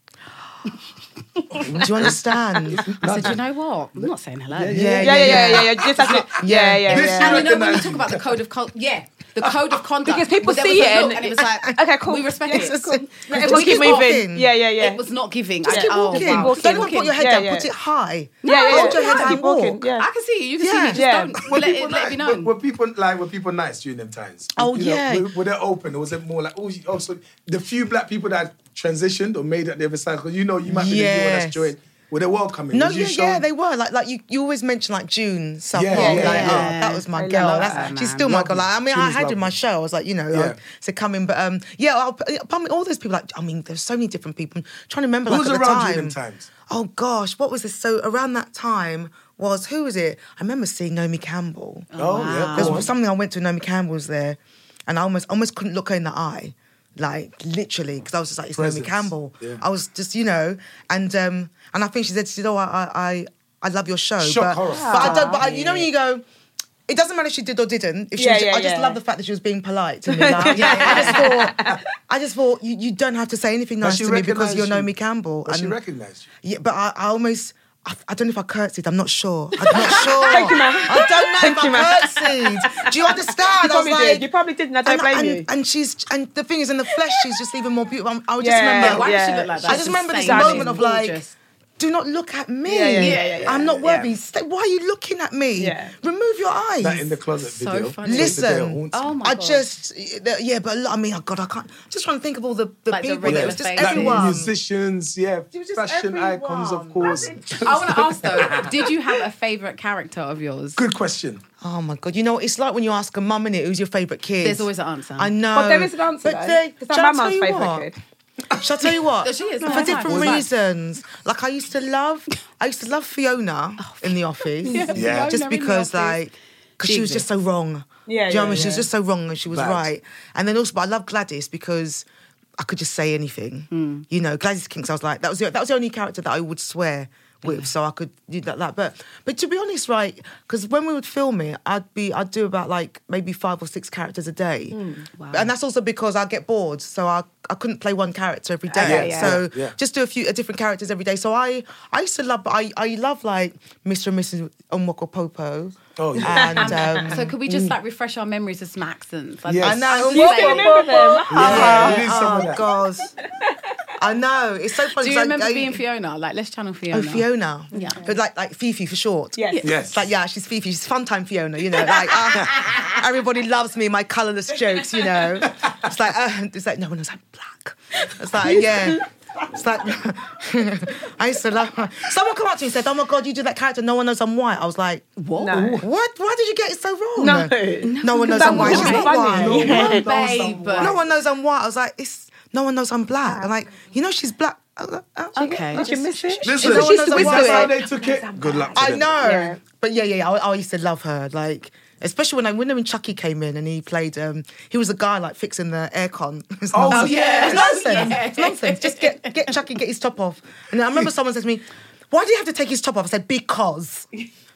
Do you understand?
I said, "You know what? I'm not saying hello."
Uh-uh. yeah,
Yeah, yeah, yeah,
yeah.
yeah, yeah. Just actually, yeah, yeah,
This
yeah.
And you know when you
Recognise-
talk about the code of con- yeah, the code of conduct
Because people
well, there
see
was a
it and
look and it was like,
Okay, cool.
we respect
It's
it.
just- just
Everyone keep
keep
moving.
walking.
Yeah, yeah, yeah.
It was not giving.
Just
I-
keep
oh,
walking.
wow.
walking,
Don't even put your head
yeah,
down.
yeah.
Put it high.
Yeah, yeah,
Hold your
yeah.
head high
Keep
and walk.
walking, yeah.
I can see you. You can see
Yeah.
me. Just
Yeah.
don't
Were
let
people
it, let it be
like- Were,
known.
were people like were people nice during them times?
Oh,
know,
yeah.
were, were they open? Or was it more like oh you- oh, so the few black people that transitioned or made it the other side? Because you know you might be the one
Yes.
that's joined. Were they welcoming?
No,
Was you
yeah,
shown-
yeah, they were. Like, like you, you always mention like June something.
Yeah, yeah,
like,
yeah.
oh, that was my
I
girl.
love
That's,
that,
she's
man.
still my
Lovely.
girl. Like, I mean, I
June's
had in my
lovely.
show. I was like, you know,
Yeah.
like, so coming, but um, yeah, I'll, I mean, all those people. Like, I mean, there's so many different people. I'm trying to remember.
Who
like,
was
at the
around you
time.
them times?
Oh gosh, what was this? So around that time was who was it? I remember seeing Naomi Campbell.
Oh, yeah.
There's
go on.
something I went to Naomi Campbell's there, and I almost almost couldn't look her in the eye, like literally, because I was just like, it's
Presence.
Naomi Campbell.
Yeah.
I was just you know, and um, and I think she said, she said, oh, I I I- I love your show,
Shock
but,
horror.
but I don't. But I, you know when you go. It doesn't matter if she did or didn't. If she
Yeah,
was,
yeah,
I just
yeah.
love the fact that she was being polite to me. Like, I just thought, I just thought you, you don't have to say anything
But
nice
she
to me because
recognised
you're
you.
Naomi Campbell.
But she
and-
recognised you.
yeah, but I, I almost. I, I don't know if I curtsied. I'm not sure. I'm not sure. I don't know if I curtsied. Do you understand?
You probably
I was like,
did. You probably didn't. I don't
and,
blame
and,
you.
And she's and the thing is, in the flesh, she's just even more beautiful. I'm- I would just
Yeah,
remember.
Why does she
Yeah.
look like that?
I just remember this
Insane.
moment of like,
Gorgeous.
do not look at me.
Yeah, yeah, yeah, yeah,
I'm not
yeah.
worthy. Stay, why are you looking at me?
Yeah.
Remove your eyes.
That in the closet
So
video.
funny.
Place the day
Listen.
haunts
Oh
me.
my
I
God.
just, yeah, but a lot- I mean, oh God, I can't. I'm just trying to think of all the, the
Like the
people. It
regular
was just
faces.
Like
everyone.
musicians, yeah,
was just
fashion icons, of
everyone.
course.
I want to ask though, did you have a favorite character of yours?
Good question.
Oh my god! You know it's like when you ask a mum in it who's your favourite kid.
There's always an answer.
I know,
But there is an answer, though.
they-
It's like
shall I
my
tell
mum's
you
favourite
what?
kid.
Shall I tell you what?
She is, no,
for
it's
different
fine.
reasons. Like I used to love, I used to love Fiona in the office.
Yeah.
just
Oh, Fiona in the office.
because like. Because she was just so wrong. Do
Yeah,
you know what I
yeah,
mean? She was
yeah.
just so wrong and she was
Bad.
right. And then also, but I love Gladys because I could just say anything.
Hmm.
You know, Gladys Kinks, I was like, that was, the, that was the only character that I would swear with. So I could do that, that. But but to be honest, right, because when we would film it, I'd be, I'd do about like maybe five or six characters a day.
Hmm.
And that's also because I get bored. So I, I couldn't play one character every day.
Yeah, yeah.
So
Yeah, yeah.
just do a few uh, different characters every day. So I, I used to love, I, I love like Mr. and Mrs. Onwoko Popo.
Oh, yeah.
And um,
So could we just like refresh our memories of some accents? Like,
Yes.
I know.
You can
remember them.
Yeah, we need some of
Oh
that.
God. I know. It's so funny.
Do
'cause
you
I-
remember
I-
being Fiona? Like, let's channel Fiona.
Oh, Fiona.
Yeah.
But like like Fifi for short.
Yes. Yes.
Yes.
It's like, yeah, she's Fifi. She's fun time Fiona, you know. Like, ah, everybody loves me, my colourless jokes, you know. It's like, uh, it's like, no one knows I'm black. It's like, yeah. It's like, I used to love Someone come up to me and said, oh my God, you do that character, no one knows I'm white. I was like, what?
No.
What? Why did you get it so wrong?
No.
No one knows
That
I'm white. She's not
wasn't funny.
white.
No one knows
Babe.
I'm white.
No one knows I'm white. I was like, it's no one knows I'm black. I'm like, you know, she's black. I was like, oh, she-
Okay.
Did you miss it?
Listen,
Everyone knows I'm
that's how
white.
they took it. Good luck. to
I
them.
know.
Yeah.
But yeah, yeah, yeah. I, I used to love her. Like, especially when I when, when Chucky came in and he played um he was the guy like fixing the aircon. It's
Oh,
nonsense.
yeah.
It's nonsense. It's nonsense. Just get get Chucky, get his top off. And I remember someone said to me, Why do you have to take his top off? I said, Because.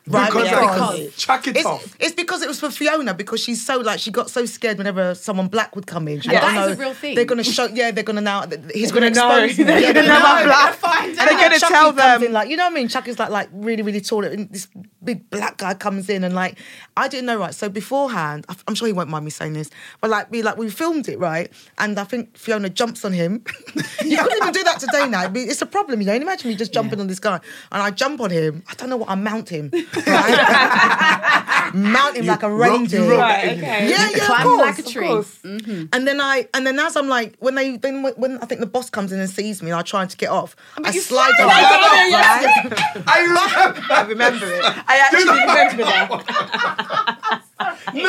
Right,
Because I
because.
can chuck it
it's,
off.
it's because it was for Fiona because she's so like she got so scared whenever someone black would come in. She
Yeah.
thought,
That
"Oh,
is a real thing.
They're gonna show. Yeah, they're gonna now. He's gonna,
know.
expose me.
They're
Yeah,
gonna know I'm
They're
black.
gonna And
Find out.
then
They're gonna
Chucky
tell
comes
them.
in, like you know what I mean. Chuck is like like really really tall, and this big black guy comes in and like I didn't know right. So beforehand, I- I'm sure he won't mind me saying this, but like we like we filmed it right, and I think Fiona jumps on him. you couldn't even do that today now. I mean, It's a problem, you know. Imagine me just jumping on this guy, and I jump on him. I don't know what I mount him. right? mount him like a
rope- you
reindeer.
rope
Right, okay.
Yeah, yeah,
Climb
of course.
like a
of
tree.
course. And then I, and then as I'm like, when they, then when, when I think the boss comes in and sees me, and I try to get off, I slide off.
I remember.
I remember it. I actually remember that.
No.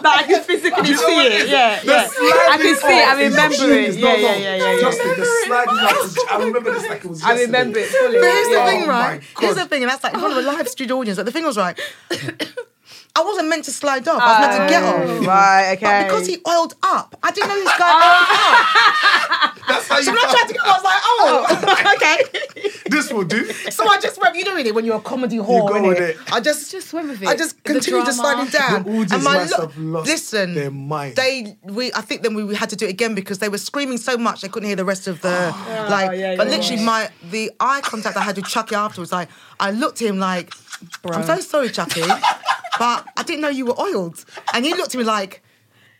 That I can physically
You know
see
what
it. Yeah,
The
yeah. I
sliding
can see it.
off
I
is
remember it.
genius. No,
Yeah,
no.
yeah, yeah, yeah. yeah.
Justin, the sliding off is- I remember this like it was
I remember it
yesterday.
fully.
But here's
yeah.
the thing,
Oh my
right? Here's the
God.
thing, and that's like in front of a live studio audience. Like the thing was right. I wasn't meant to slide off. I was meant to get off.
Right, Oh, okay.
But because he oiled up, I didn't know this guy oiled up.
That's how you
So when I tried to
felt.
get off, I was like, oh, okay.
This will do.
So I just went, you know, really, when you're a comedy whore,
go
innit?
with it.
I just,
Just went with it.
I just
The
continued to
drama.
sliding down.
The audience
and my
must
lo-
have lost
listen,
their mind.
They, we, I think then we, we had to do it again because they were screaming so much they couldn't hear the rest of the
Oh.
like.
yeah,
but
yeah,
literally,
yeah.
my the eye contact I had with Chucky afterwards, like I looked at him like, I'm so sorry, Chucky, but I didn't know you were oiled, and he looked at me like.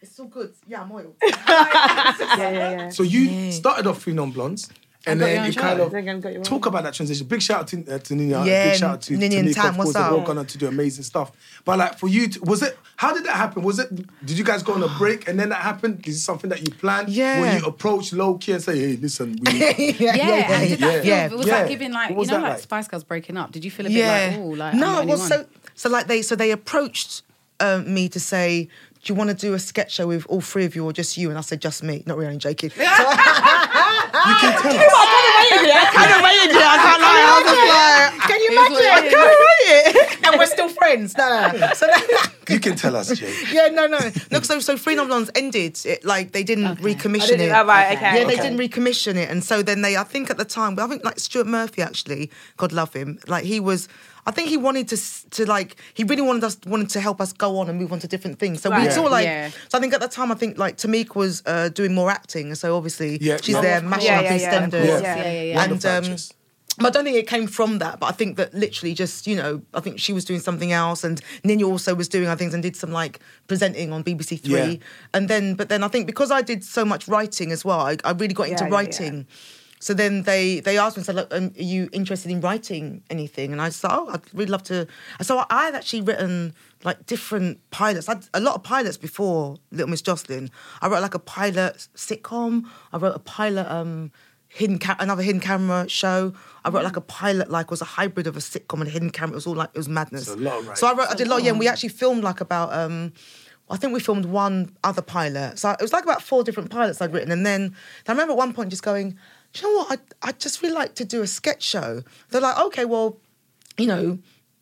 It's all good. Yeah, I'm oiled.
Yeah, yeah, yeah.
So you started off three non blondes. And
got your
then
own
you
show.
kind of
Then got your own.
talk about that transition. Big shout out to, uh, to Nina.
Yeah,
big shout out to, to
Nini and
Nico,
Tam,
of
what's
course. They've all
up?
gone on to do amazing stuff. But like for you, to, was it? How did that happen? Was it? Did you guys go on a break and then that happened? Is it something that you planned?
Yeah.
Were you approached low key and say, "Hey, listen, we
Yeah,
yeah, yeah,
and did that feel,
yeah.
it was
yeah.
like giving like,
What
you
was
know,
that
like
like?
Spice Girls breaking up. Did you feel a bit
yeah.
like, oh, like,
no,
I'm the
well,
only
so
one?
so like they so they approached uh, me to say, do you want to do a sketch show with all three of you or just you? And I said, just me. Not really, I'm joking. So Can you
It was
imagine? I
like-
can't write it. And we're still friends. No, no, no. So that,
you can tell us, Jay."
yeah, no, no, no. So, so Freedom Blondes ended. It, like they didn't recommission
didn't-
it.
oh, right, okay,
Yeah, they
okay.
didn't recommission it, and so then they. I think at the time, I think like Stuart Murphy actually, God love him. Like he was. I think he wanted to s- to like he really wanted us wanted to help us go on and move on to different things. So we
Right.
saw like
Yeah.
so I think at the time I think like Tamika was uh, doing more acting, and so obviously
Yeah,
she's
yeah.
there
Oh, of
mashing
course.
up
Yeah,
in
yeah, yeah, of course.
EastEnders.
Yeah, yeah, yeah.
And
Wonderful
um,
actress.
I don't think it came from that, but I think that literally just, you know, I think she was doing something else and Nina also was doing other things and did some like presenting on BBC Three.
Yeah.
And then, but then I think because I did so much writing as well, I, I really got into
Yeah, yeah,
writing. So then they they asked me and said, "Look, um, are you interested in writing anything?" And I said, "Oh, I'd really love to." So I, I had actually written like different pilots. I'd, a lot of pilots before Little Miss Jocelyn. I wrote like a pilot sitcom. I wrote a pilot um, hidden ca- another hidden camera show. I wrote like a pilot like was a hybrid of a sitcom and a hidden camera. It was all like it was madness.
It's a lot, right?
So I wrote, I did a lot. Yeah,
Mm.
and we actually filmed like about. Um, I think we filmed one other pilot. So it was like about four different pilots I'd written. And then I remember at one point just going, Do you know what? I, I just really like to do a sketch show. They're like, okay, well, you know,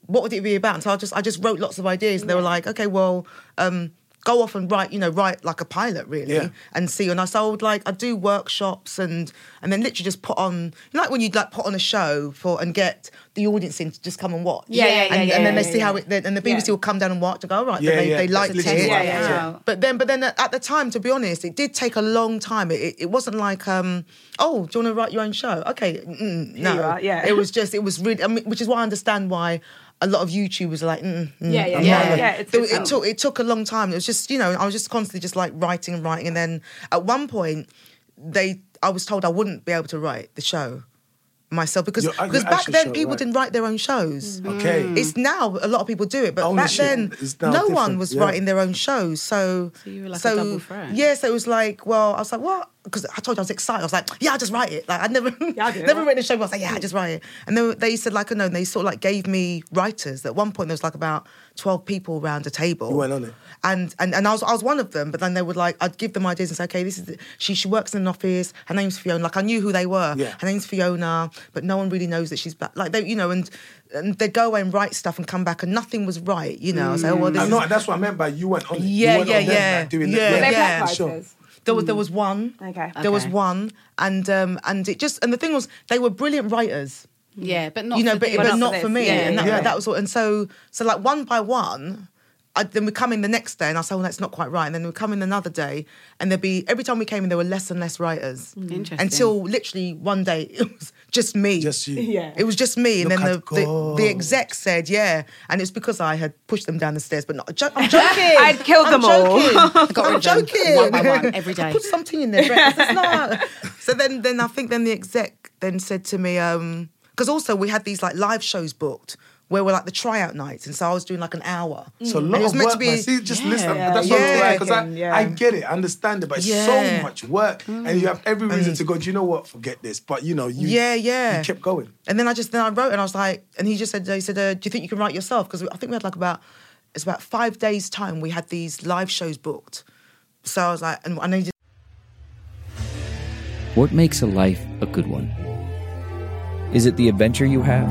what would it be about? And so I just I just wrote lots of ideas. And they were like, okay, well, um, go off and write, you know, write like a pilot really
Yeah.
and see. And I so I would like I do workshops and and then literally just put on you know, like when you'd like put on a show for and get the audience in to just come and watch.
Yeah, yeah, yeah,
And,
yeah,
and then they
yeah,
see
yeah.
how it then and the BBC will come down and watch and go, all right,
Yeah,
they,
yeah.
they
It's
liked it.
literally
what I Yeah, yeah. thought.
But then but then at, at the time, to be honest, it did take a long time. It, it, it wasn't like um, oh, do you want to write your own show? Okay, mm, no.
you are, yeah.
It was just it was really I mean, which is why I understand why a lot of YouTubers are like mm, mm,
Yeah, yeah,
I'm
yeah,
not gonna-
yeah, it's-
So
it's-
it took it took a long time. It was just you know I was just constantly just like writing and writing, and then at one point they I was told I wouldn't be able to write the show myself because
Your- your
because back
actual
then
show,
people
right.
didn't write their own
Mm-hmm.
shows.
Okay.
Mm.
It's now a lot of people do it, but
Mm. Ownership
back
is
then
now
no one
different,
was
yeah.
writing their own shows. So,
So you were like a double threat.
Yeah, so it was like, well, I was like, what? Because I told you I was excited. I was like, yeah, I will just write it. Like I'd never,
I do.
never written a show. But I was like, yeah, I just write it. And then they said like, I know. And they sort of like gave me writers. At one point, there was like about twelve people around a table.
You went on it.
And, and and I was I was one of them, but then they would like I'd give them ideas and say, okay, this is she she works in an office. Her name's Fiona. Like I knew who they were.
Yeah.
Her name's Fiona, but no one really knows that she's black. Like they, you know, and and they go away and write stuff and come back and nothing was right. You know, I was like, oh, well, this
I
is-
know that's what I meant by you went on. it. You
Yeah,
went
yeah,
on them,
yeah.
like, doing the-
Yeah,
Were they
yeah.
black
Sure.
fighters?
There was there was one.
Okay.
There was
Okay.
one, and um, and it just and the thing was they were brilliant writers,
Yeah, but not
Mm. you know,
for
but
the-
but
not
not,
for
for,
this.
me,
Yeah,
and that,
yeah.
that was all. And so so like one by one. I, then we come in the next day and I say, well, that's not quite right. And then we come in another day and there'd be, every time we came in, there were less and less writers.
Mm. Interesting.
Until literally one day, it was just me.
Just you.
Yeah.
It was just me. And
Look
then
at
the, the,
God.
the exec said, yeah. And it's because I had pushed them down the stairs, but not, jo- I'm joking.
I'd killed
I'm
them all.
joking.
got
I'm
rid of them
joking.
one by one every
I
day.
put something in there. breakfast. It's not. so then, then I think then the exec then said to me, because also we had these like live shows booked where we're like the tryout nights, and so I was doing like an hour.
It's a
And
lot
Mm. it was
of
meant
work.
to be.
man. See, just listen.
Yeah,
that's what
yeah.
I'm saying because I,
Yeah.
I get it, I understand it, but it's
Yeah.
so much work, and you have every reason to go. Do you know what? Forget this. But you know, you
Yeah, yeah.
you kept going.
And then I just then I wrote and I was like, and he just said, he said, uh, do you think you can write yourself? Because I think we had like about it's about five days time we had these live shows booked. So I was like, and I know you
What makes a life a good one? Is it the adventure you have?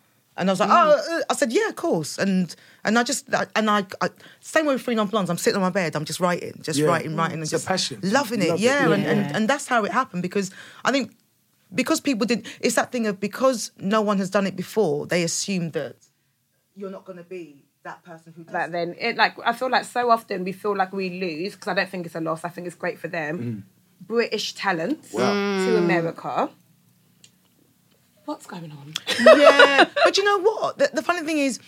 And I was like,
Mm.
oh, uh, I said, yeah, of course. And and I just I- and I, I same way with Three Non Blondes. I'm sitting on my bed, I'm just writing, just
Yeah.
writing, writing, and
It's a
just
passion.
loving it.
Love it.
yeah, And, and and that's how it happened because I think because people did. It's that thing of because no one has done it before, they assume that you're not going to be that person who does
that then it like i feel like so often we feel like we lose because i don't think it's a loss i think it's great for them british talent to
Mm.
america what's going on
yeah, but you know what? The, the funny thing is,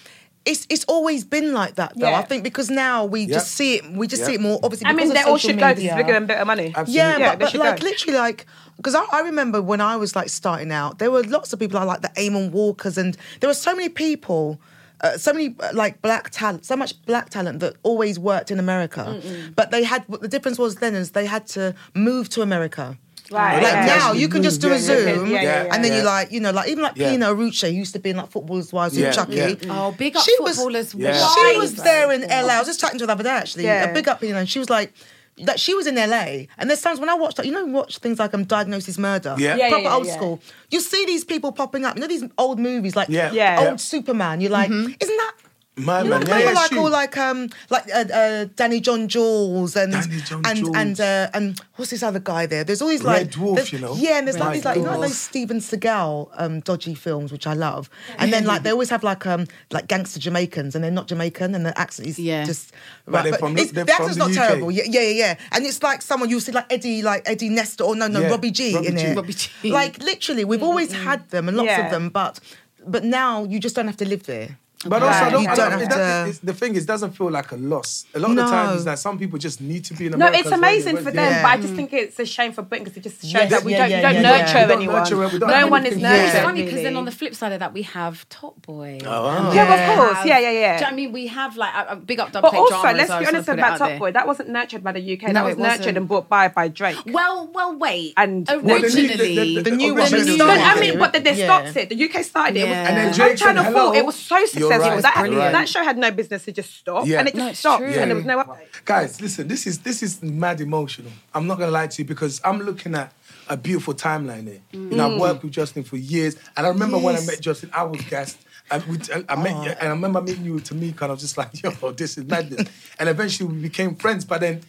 it's it's always been like that though.
Yeah.
I think because now we just see it, we just see it more. Obviously,
i
because
mean
of
they all
social
should go 'cause
media.
it's bigger and better money
Yeah, but,
they
but
should
like
go.
literally, like because I, I remember when I was like starting out, there were lots of people I like the Amon Walkers, and there were so many people. Uh, so many uh, like black talent, so much black talent that always worked in America, but they had what the difference was then is they had to move to America.
Right,
Like
yeah.
now, you can just do a
Yeah, yeah,
yeah.
Zoom,
Yeah, yeah, yeah.
and then you
Yeah.
like you know like even like
Yeah.
Pino Ruche who used to be in like footballers' wives with
Yeah,
Chucky.
yeah.
Oh, big up
She was-
footballers.
Yeah.
wives.
She was there in LA. I was just chatting to her the other day, actually.
Yeah.
A big up, you know, and she was like, that she was in LA. And there's times when I watch that, you know, watch things like um, Diagnosis Murder,
Yeah. Yeah,
proper
yeah,
old
yeah.
school. You see these people popping up, you know, these old movies like
Yeah.
Yeah.
old
Yeah.
Superman. You're like, isn't that.
My
You know,
man, yeah,
remember
yeah,
like
shoot.
all like um like uh, uh, Danny John Jules and
Danny John
and
Jules.
and uh, and what's this other guy there? There's all these like
Red Dwarf,
there's-
you know?
Yeah, and there's like
Red
these like you know
Dwarf.
those Steven Seagal um, dodgy films which I love, and then like they always have like um like gangster Jamaicans and they're not Jamaican and the accent is
Yeah.
just
they're from-
it's-
they're
the accent's
from
not
the UK.
terrible. Yeah, yeah, yeah, yeah. And it's like someone you see like Eddie like Eddie Nestor or no no
Yeah,
Robbie G
Robbie
in
G.
it.
Robbie G.
Like literally, we've always had them and lots
Yeah.
of them, but but now you just don't have to live there.
But also, I
Right.
don't,
You
I
don't
don't- it
have
doesn't-
to-
it's- the thing is, it doesn't feel like a loss. A lot of
No.
the time, it's like some people just need to be in
no,
America.
it's
as well.
amazing
They
for
went-
them,
Yeah.
but I just think it's a shame for Britain because it just shows
Yes,
that we
yeah,
don't,
yeah,
you don't
yeah, yeah.
nurture
We
don't
anyone.
nurture it, we don't
no
have
one is
anything to
nurtured.
Yeah.
It's funny because
really.
then on the flip side of that, we have Top Boy. Oh,
Yeah, of course. Yeah, yeah, yeah.
I mean, we have like a, a big up double
But
plate
also,
drama,
let's
so I
be
just
honest
wanna put it
about
out
Top
there.
Boy. That wasn't nurtured by the UK.
No,
that was
it wasn't.
nurtured and brought by by Drake.
Well, well, wait.
And- Well,
the new-
originally,
the- the-
The new
original
one.
new
No,
one.
I mean, but then they
Yeah.
stopped it. The UK started it. it.
Yeah.
Was,
And then
Drake
on Channel
said,
4,
"Hello."
it was so
You're
successful.
right.
That,
You're right.
that show had no business to just stop.
Yeah.
And it
No,
it's
stopped.
true.
And there was no update.
Guys, listen, this is this is mad emotional. I'm not gonna lie to you because I'm looking at a beautiful timeline here. You know, I've worked with Justin for years, and I remember when I met Justin, I was gassed. And we, I, I met you, and I remember meeting you with Tamika, and I was just like, yo, this is madness. and eventually we became friends, but then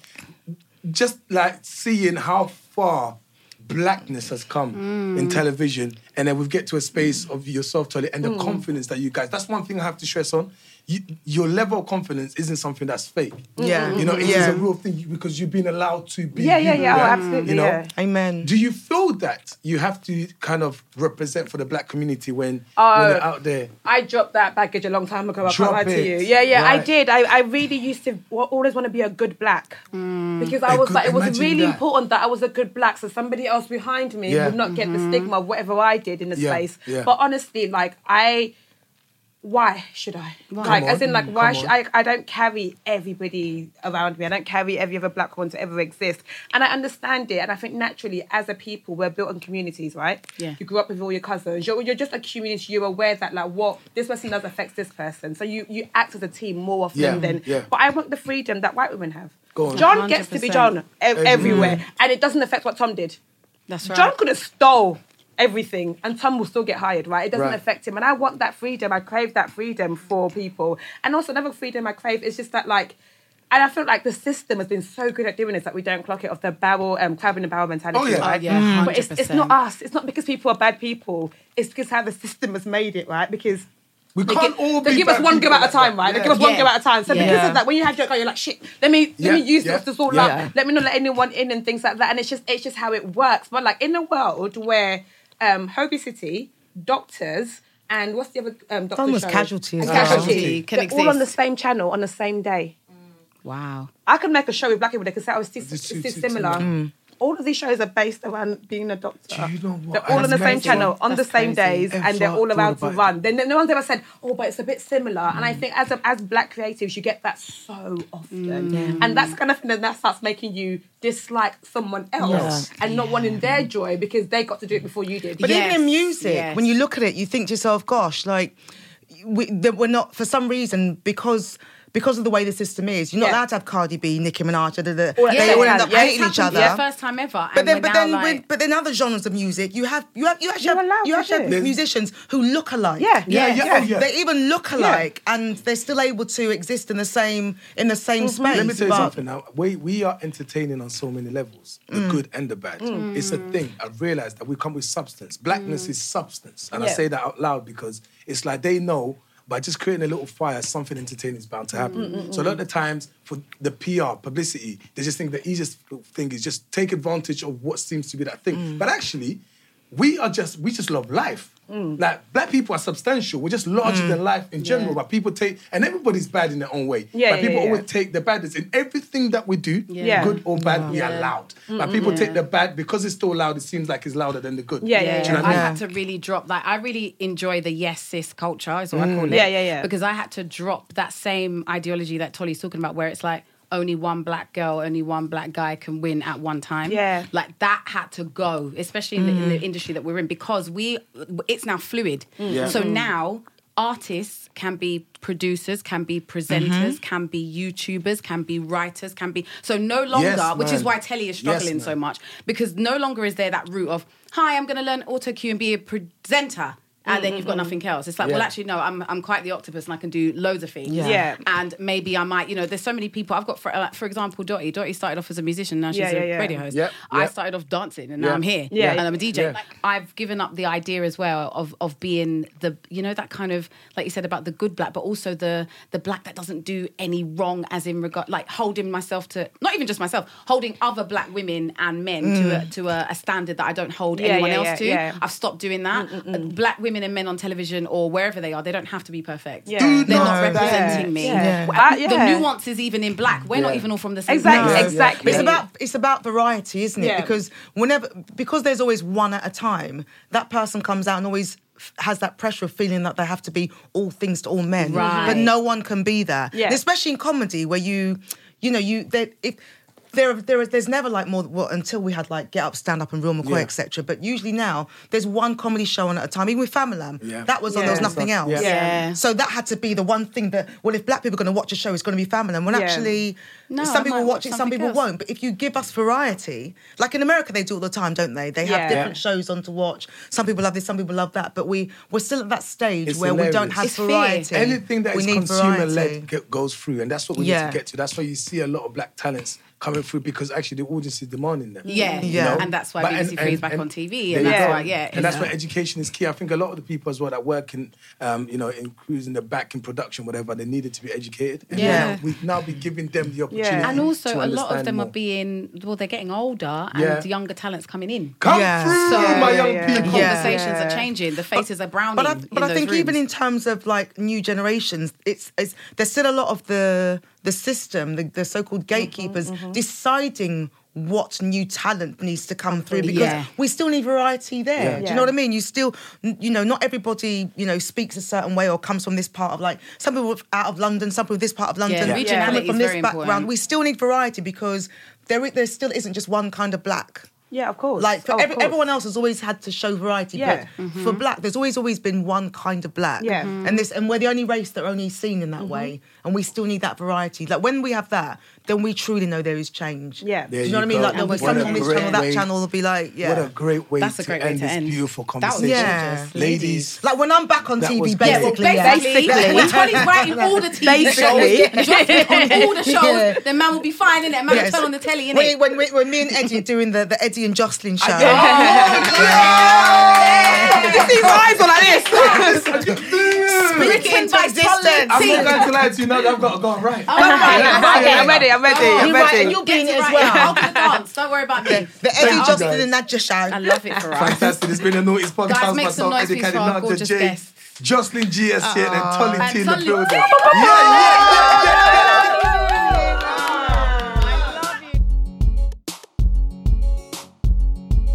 just like seeing how far blackness has come
Mm.
in television and then we get to a space of yourself Tolly, and the
Mm.
confidence that you guys that's one thing i have to stress on you, your level of confidence isn't something that's fake
Yeah.
you know it's,
Yeah.
a real thing because you've been allowed to be
Yeah, yeah,
you,
yeah. Oh, absolutely,
you know
yeah.
Amen.
do you feel that you have to kind of represent for the black community when,
Oh.
when you're out there
I dropped that baggage a long time ago. I
Drop
can't lie
it.
to you. Yeah, yeah, I
Right.
did. I, I really used to wa- always want to be a good black because I
A
was
good-
like, it was
imagine
really
that.
important that I was a good black, so somebody else behind me
Yeah.
would not get the stigma of whatever I did in the
Yeah,
space.
yeah.
But honestly, like I. Why should I? Like,
Come
as in,
on,
like, why
come
should
on.
I? I don't carry everybody around me. I don't carry every other black one to ever exist. And I understand it. And I think naturally, as a people, we're built on communities, right?
Yeah.
You grew up with all your cousins. You're, you're just a community. You're aware that like what this person does affects this person. So you you act as a team more often
Yeah,
than.
yeah.
But I want the freedom that white women have.
Go on.
John gets to be John e- everywhere, and it doesn't affect what Tom did.
That's right.
John could have stole everything and Tom will still get hired, right? It doesn't
Right.
affect him. And I want that freedom. I crave that freedom for people. And also another freedom I crave is just that like and I feel like the system has been so good at doing this that we don't clock it off the barrel, um, crab in the barrel mentality.
Oh, yeah.
right?
Oh,
yeah,
But it's, it's not
100%.
us. It's not because people are bad people. It's because how the system has made it, right? Because
we
they
can't
give,
all
they
be
give us
bad
one go
people
at a
like that.
time, right? They
Yeah.
give us one
Yeah.
go at a time. So because
Yeah.
of that, when you have your go, you're like, shit, let me let me
Yeah,
use
yeah,
this to sort
yeah.
out. Let me not let anyone in and things like that. And it's just it's just how it works. But like in a world where um Hobie City, doctors and what's the other um doctor
Almost
show?
casualties.
And
Oh.
casualty.
Can
They're all on the
exist.
same channel on the same day.
Wow.
I could make a show with black people that could say, oh, it's, too-
It's
it's
too-
too
too
similar.
Mm.
similar.
all of these shows are based around being a doctor.
Do you know what?
They're all on the
That's
same
crazy.
channel, on
That's
the same
crazy.
days, and they're
Ever
all allowed to
thought about Mm.
run. Then no one's ever said, "Oh, but it's a bit similar." And I think as a, as black creatives, you get that so often,
Mm.
and that's the kind of thing that that starts making you dislike someone else and not wanting their joy because they got to do it before you did.
But even in
Yes,
music,
yes.
when you look at it, you think to yourself, "Gosh, like we, that we're not for some reason because." Because of the way the system is, you're not
Yeah.
allowed to have Cardi B, Nicki Minaj, da, da, da.
All
they
at the
all
same
end up
time. Yeah, it's
hating each
happened
other.
for the first time ever,
But
and
then,
we're
but
now
then,
like-
with, but then, other genres of music, you have you have you actually
You're
have,
allowed
you
to
actually
do
have
it.
musicians who look alike.
Yeah,
Yeah, yeah, yeah. oh, yeah.
They even look alike, and they're still able to exist in the same in the same space.
Let me tell you
but-
something now. We, we are entertaining on so many levels, the
Mm.
good and the bad. It's a thing. I've realized that we come with substance. Blackness is substance. And I
Mm. Yeah.
say that out loud because it's like they know by just creating a little fire, something entertaining is bound to
Mm,
happen. So a lot of the times for the PR, publicity, they just think the easiest thing is just take advantage of what seems to be that thing.
Mm.
But actually, we are just we just love life.
Mm.
Like black people are substantial. We're just larger than life in general. But people take and everybody's bad in their own way.
Yeah,
but
yeah,
people
yeah.
always take the baddest in everything that we do,
Yeah.
good or bad, we are loud. But people take the bad because it's still loud. It seems like it's louder than the good.
Yeah, yeah,
Do you know
I
what I mean?
had to really drop that. I really enjoy the yes sis culture, is
Mm.
what I call it.
Yeah, yeah, yeah.
Because I had to drop that same ideology that Tolly's talking about, where it's like only one black girl, only one black guy can win at one time.
Yeah.
like that had to go, especially in, the, in the
Mm.
industry that we're in, because we it's now fluid. So
Mm.
now artists can be producers, can be presenters,
Mm-hmm.
can be YouTubers, can be writers, can be so no longer, which is
man.
why telly is struggling
man.
so much because no longer is there that route of hi i'm going to learn auto cue and be a presenter and then you've got nothing else. It's like, well,
Mm-hmm. Yeah.
actually, no, I'm, I'm quite the octopus and I can do loads of things.
Yeah.
Yeah.
And maybe I might, you know, there's so many people. I've got, for, uh, for example, Dottie. Dottie started off as a musician, now she's
Yeah,
a
yeah, yeah.
radio host.
Yep,
I
yep.
started off dancing and now
Yeah.
I'm here.
Yeah.
And I'm a DJ.
Yeah.
Like, I've given up the idea as well of, of being the, you know, that kind of, like you said about the good black, but also the, the black that doesn't do any wrong, as in regard, like holding myself to, not even just myself, holding other black women and men to, a, to a, a standard that I don't hold
Mm. Yeah,
anyone
yeah,
else
yeah,
to.
yeah. Mm,
I've stopped doing that. Black women and men on television or wherever they are, they don't have to be perfect.
Yeah. Dude,
They're not
no, that-
representing me.
Yeah.
Yeah.
The
Yeah.
nuances even in black, we're not
Yeah.
even all from the same
Exactly,
place.
exactly.
But it's about it's about variety, isn't it?
Yeah.
Because whenever because there's always one at a time, that person comes out and always f- has that pressure of feeling that they have to be all things to all men.
Right.
But no one can be there.
Yeah.
And Especially in comedy where you you know, you that if there, there is, there's never like more well, until we had like Get Up, Stand Up, and Real McCoy,
Yeah.
etc. But usually now there's one comedy show on at a time. Even with Familam,
Yeah.
that was on. There was
Yeah.
nothing else.
Yeah.
Yeah.
So that had to be the one thing that well, if black people are going to watch a show, it's going to be Familam. When
Yeah.
actually,
No, I
some people
might
watch
watch
it, some
something
people
else.
won't. But if you give us variety, like in America, they do all the time, don't they? They have
Yeah.
different
Yeah.
shows on to watch. Some people love this, some people love that. But we we're still at that stage
It's
where we don't
hilarious.
have
It's fear.
variety.
Anything that
we
is
need
consumer
variety.
led goes through, and that's what we
Yeah.
need to get to. That's why you see a lot of black talents coming through because actually the audience is demanding them.
Yeah.
you
Yeah.
know?
And that's why
But-
BBC
and-
Three's
and-
back
and
on TV.
there
And
you
that's
go.
why, yeah.
and that's
it's-
why education is key. I think a lot of the people as well that work in, um, you know, in crews in the back in production, whatever, they needed to be educated. And
Yeah.
now we now be giving them the opportunity.
Yeah.
And also,
to
a lot of
understand
them
more.
are being, well, they're getting older and
Yeah.
younger talents coming in.
come
Yeah.
through,
So-
my
Yeah,
young
yeah, yeah.
people.
Yeah.
Conversations are changing, the faces are browning.
But I,
in
but I
those
think even
rooms.
in terms of like new generations, it's, it's there's still a lot of the the system, the, the so-called
Mm-hmm,
gatekeepers deciding what new talent needs to come through because
Yeah.
we still need variety there. Do you know
Yeah.
what I mean? You still, n- you know, not everybody, you know, speaks a certain way or comes from this part of like some people out of London, some people this part of London,
Yeah,
some people
regionality
from
is
this
very
background.
important.
We still need variety because there i- there still isn't just one kind of black.
Yeah, of course.
Like for
Oh, of
every,
course.
everyone else has always had to show variety,
Yeah.
but
Mm-hmm.
for black, there's always always been one kind of black.
Yeah. Mhm.
And this and we're the only race that are only seen in that
Mm-hmm.
way. And we still need that variety. Like when we have that, then we truly know there is change.
Yeah.
Do
There
you know
you
what I mean?
go.
Like there'll be
And
someone
what
on
a
this channel,
great
that
way-
channel will be like, yeah.
What a great way
That's a
to
great way
end
to
this
end.
beautiful
That was
conversation.
gorgeous.
Ladies,
like when I'm back on
That
TV,
was
basically.
Yeah, well,
great.
yeah.
basically,
Yeah.
when Tolly's writing all the TV
Basically.
shows, dropping on all the shows,
Yeah.
then man will be fine, innit? Man
Yes.
will turn on the telly, innit?
When, when, when me and Eddie are doing the, the Eddie and Jocelyn show.
You see my eyes were like this.
Speak it into
by
existence.
I'm not going to lie to you now. that I've got to go and write.
Okay, I'm ready. I'm ready. I'm
Oh, You right, and
ready.
you're being
Get
it
it
as
right.
well.
I'll do the dance. Don't worry about me.
The Eddie,
I'll
Jocelyn,
go.
and Nadja
I
show.
love it for us.
Fantastic. It's been a noise podcast.
Guys, make some noise,
myself, Eddie
please, for
Kadi,
our
Nadia
gorgeous
J,
guests. Uh,
Jocelyn GS here and Tolly T in the
Tolly-
building. Yeah, yeah, yeah, yeah.
I love you.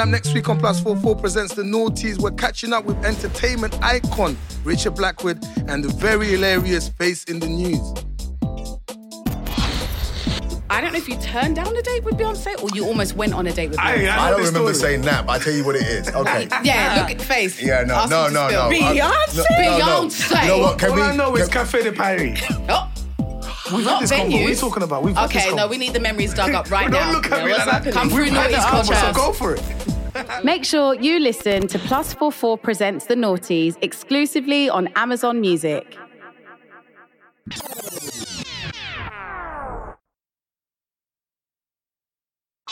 up next week on Plus 44 presents The Naughties. We're catching up with entertainment icon Richard Blackwood and the very hilarious face in the news.
I don't know if you turned down a date with Beyonce or you almost went on a date with Beyonce.
I,
I
know
don't
this
remember
story.
saying nap. I tell you what it is. Okay.
yeah, look at face.
Yeah, no,
Ask
no,
him to
no, no.
spill.
I-
Beyonce.
no, no, no.
Beyonce.
You know what? Can
All
we?
I know is
can-
Cafe de Paris.
Oh,
We've had
what
this convo. What are you
venues?
talking about? We've had this
Okay, no,
convo.
we need the memories dug up right
Don't
now.
look
Yeah,
at me
what's
like
up?
that.
Come through
We've had
Naughty's
that
culture.
convo, So go for it.
Make sure you listen to Plus 44 Presents The Naughties exclusively on Amazon Music.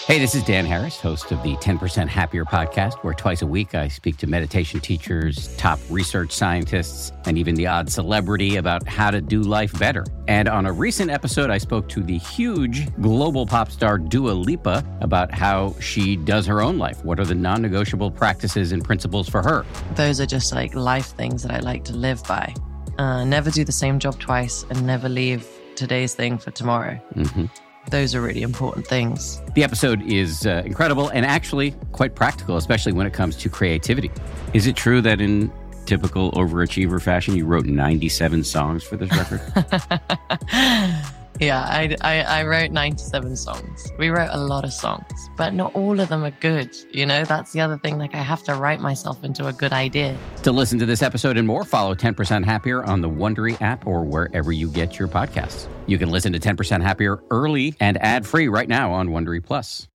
Hey, this is Dan Harris, host of the 10% Happier podcast, where twice a week I speak to meditation teachers, top research scientists, and even the odd celebrity about how to do life better. And on a recent episode, I spoke to the huge global pop star Dua Lipa about how she does her own life. What are the non negotiable practices and principles for her?
Those are just like life things that I like to live by. Uh, never do the same job twice and never leave today's thing for tomorrow.
Mm-hmm.
Those are really important things.
The episode is uh, incredible and actually quite practical, especially when it comes to creativity. Is it true that in typical overachiever fashion, you wrote 97 songs for this record?
yeah, I, I, I wrote 97 songs. We wrote a lot of songs, but not all of them are good. You know, that's the other thing. Like, I have to write myself into a good idea.
to listen to this episode and more, follow 10% Happier on the Wondery app or wherever you get your podcasts. You can listen to 10% Happier early and ad free right now on Wondery Plus.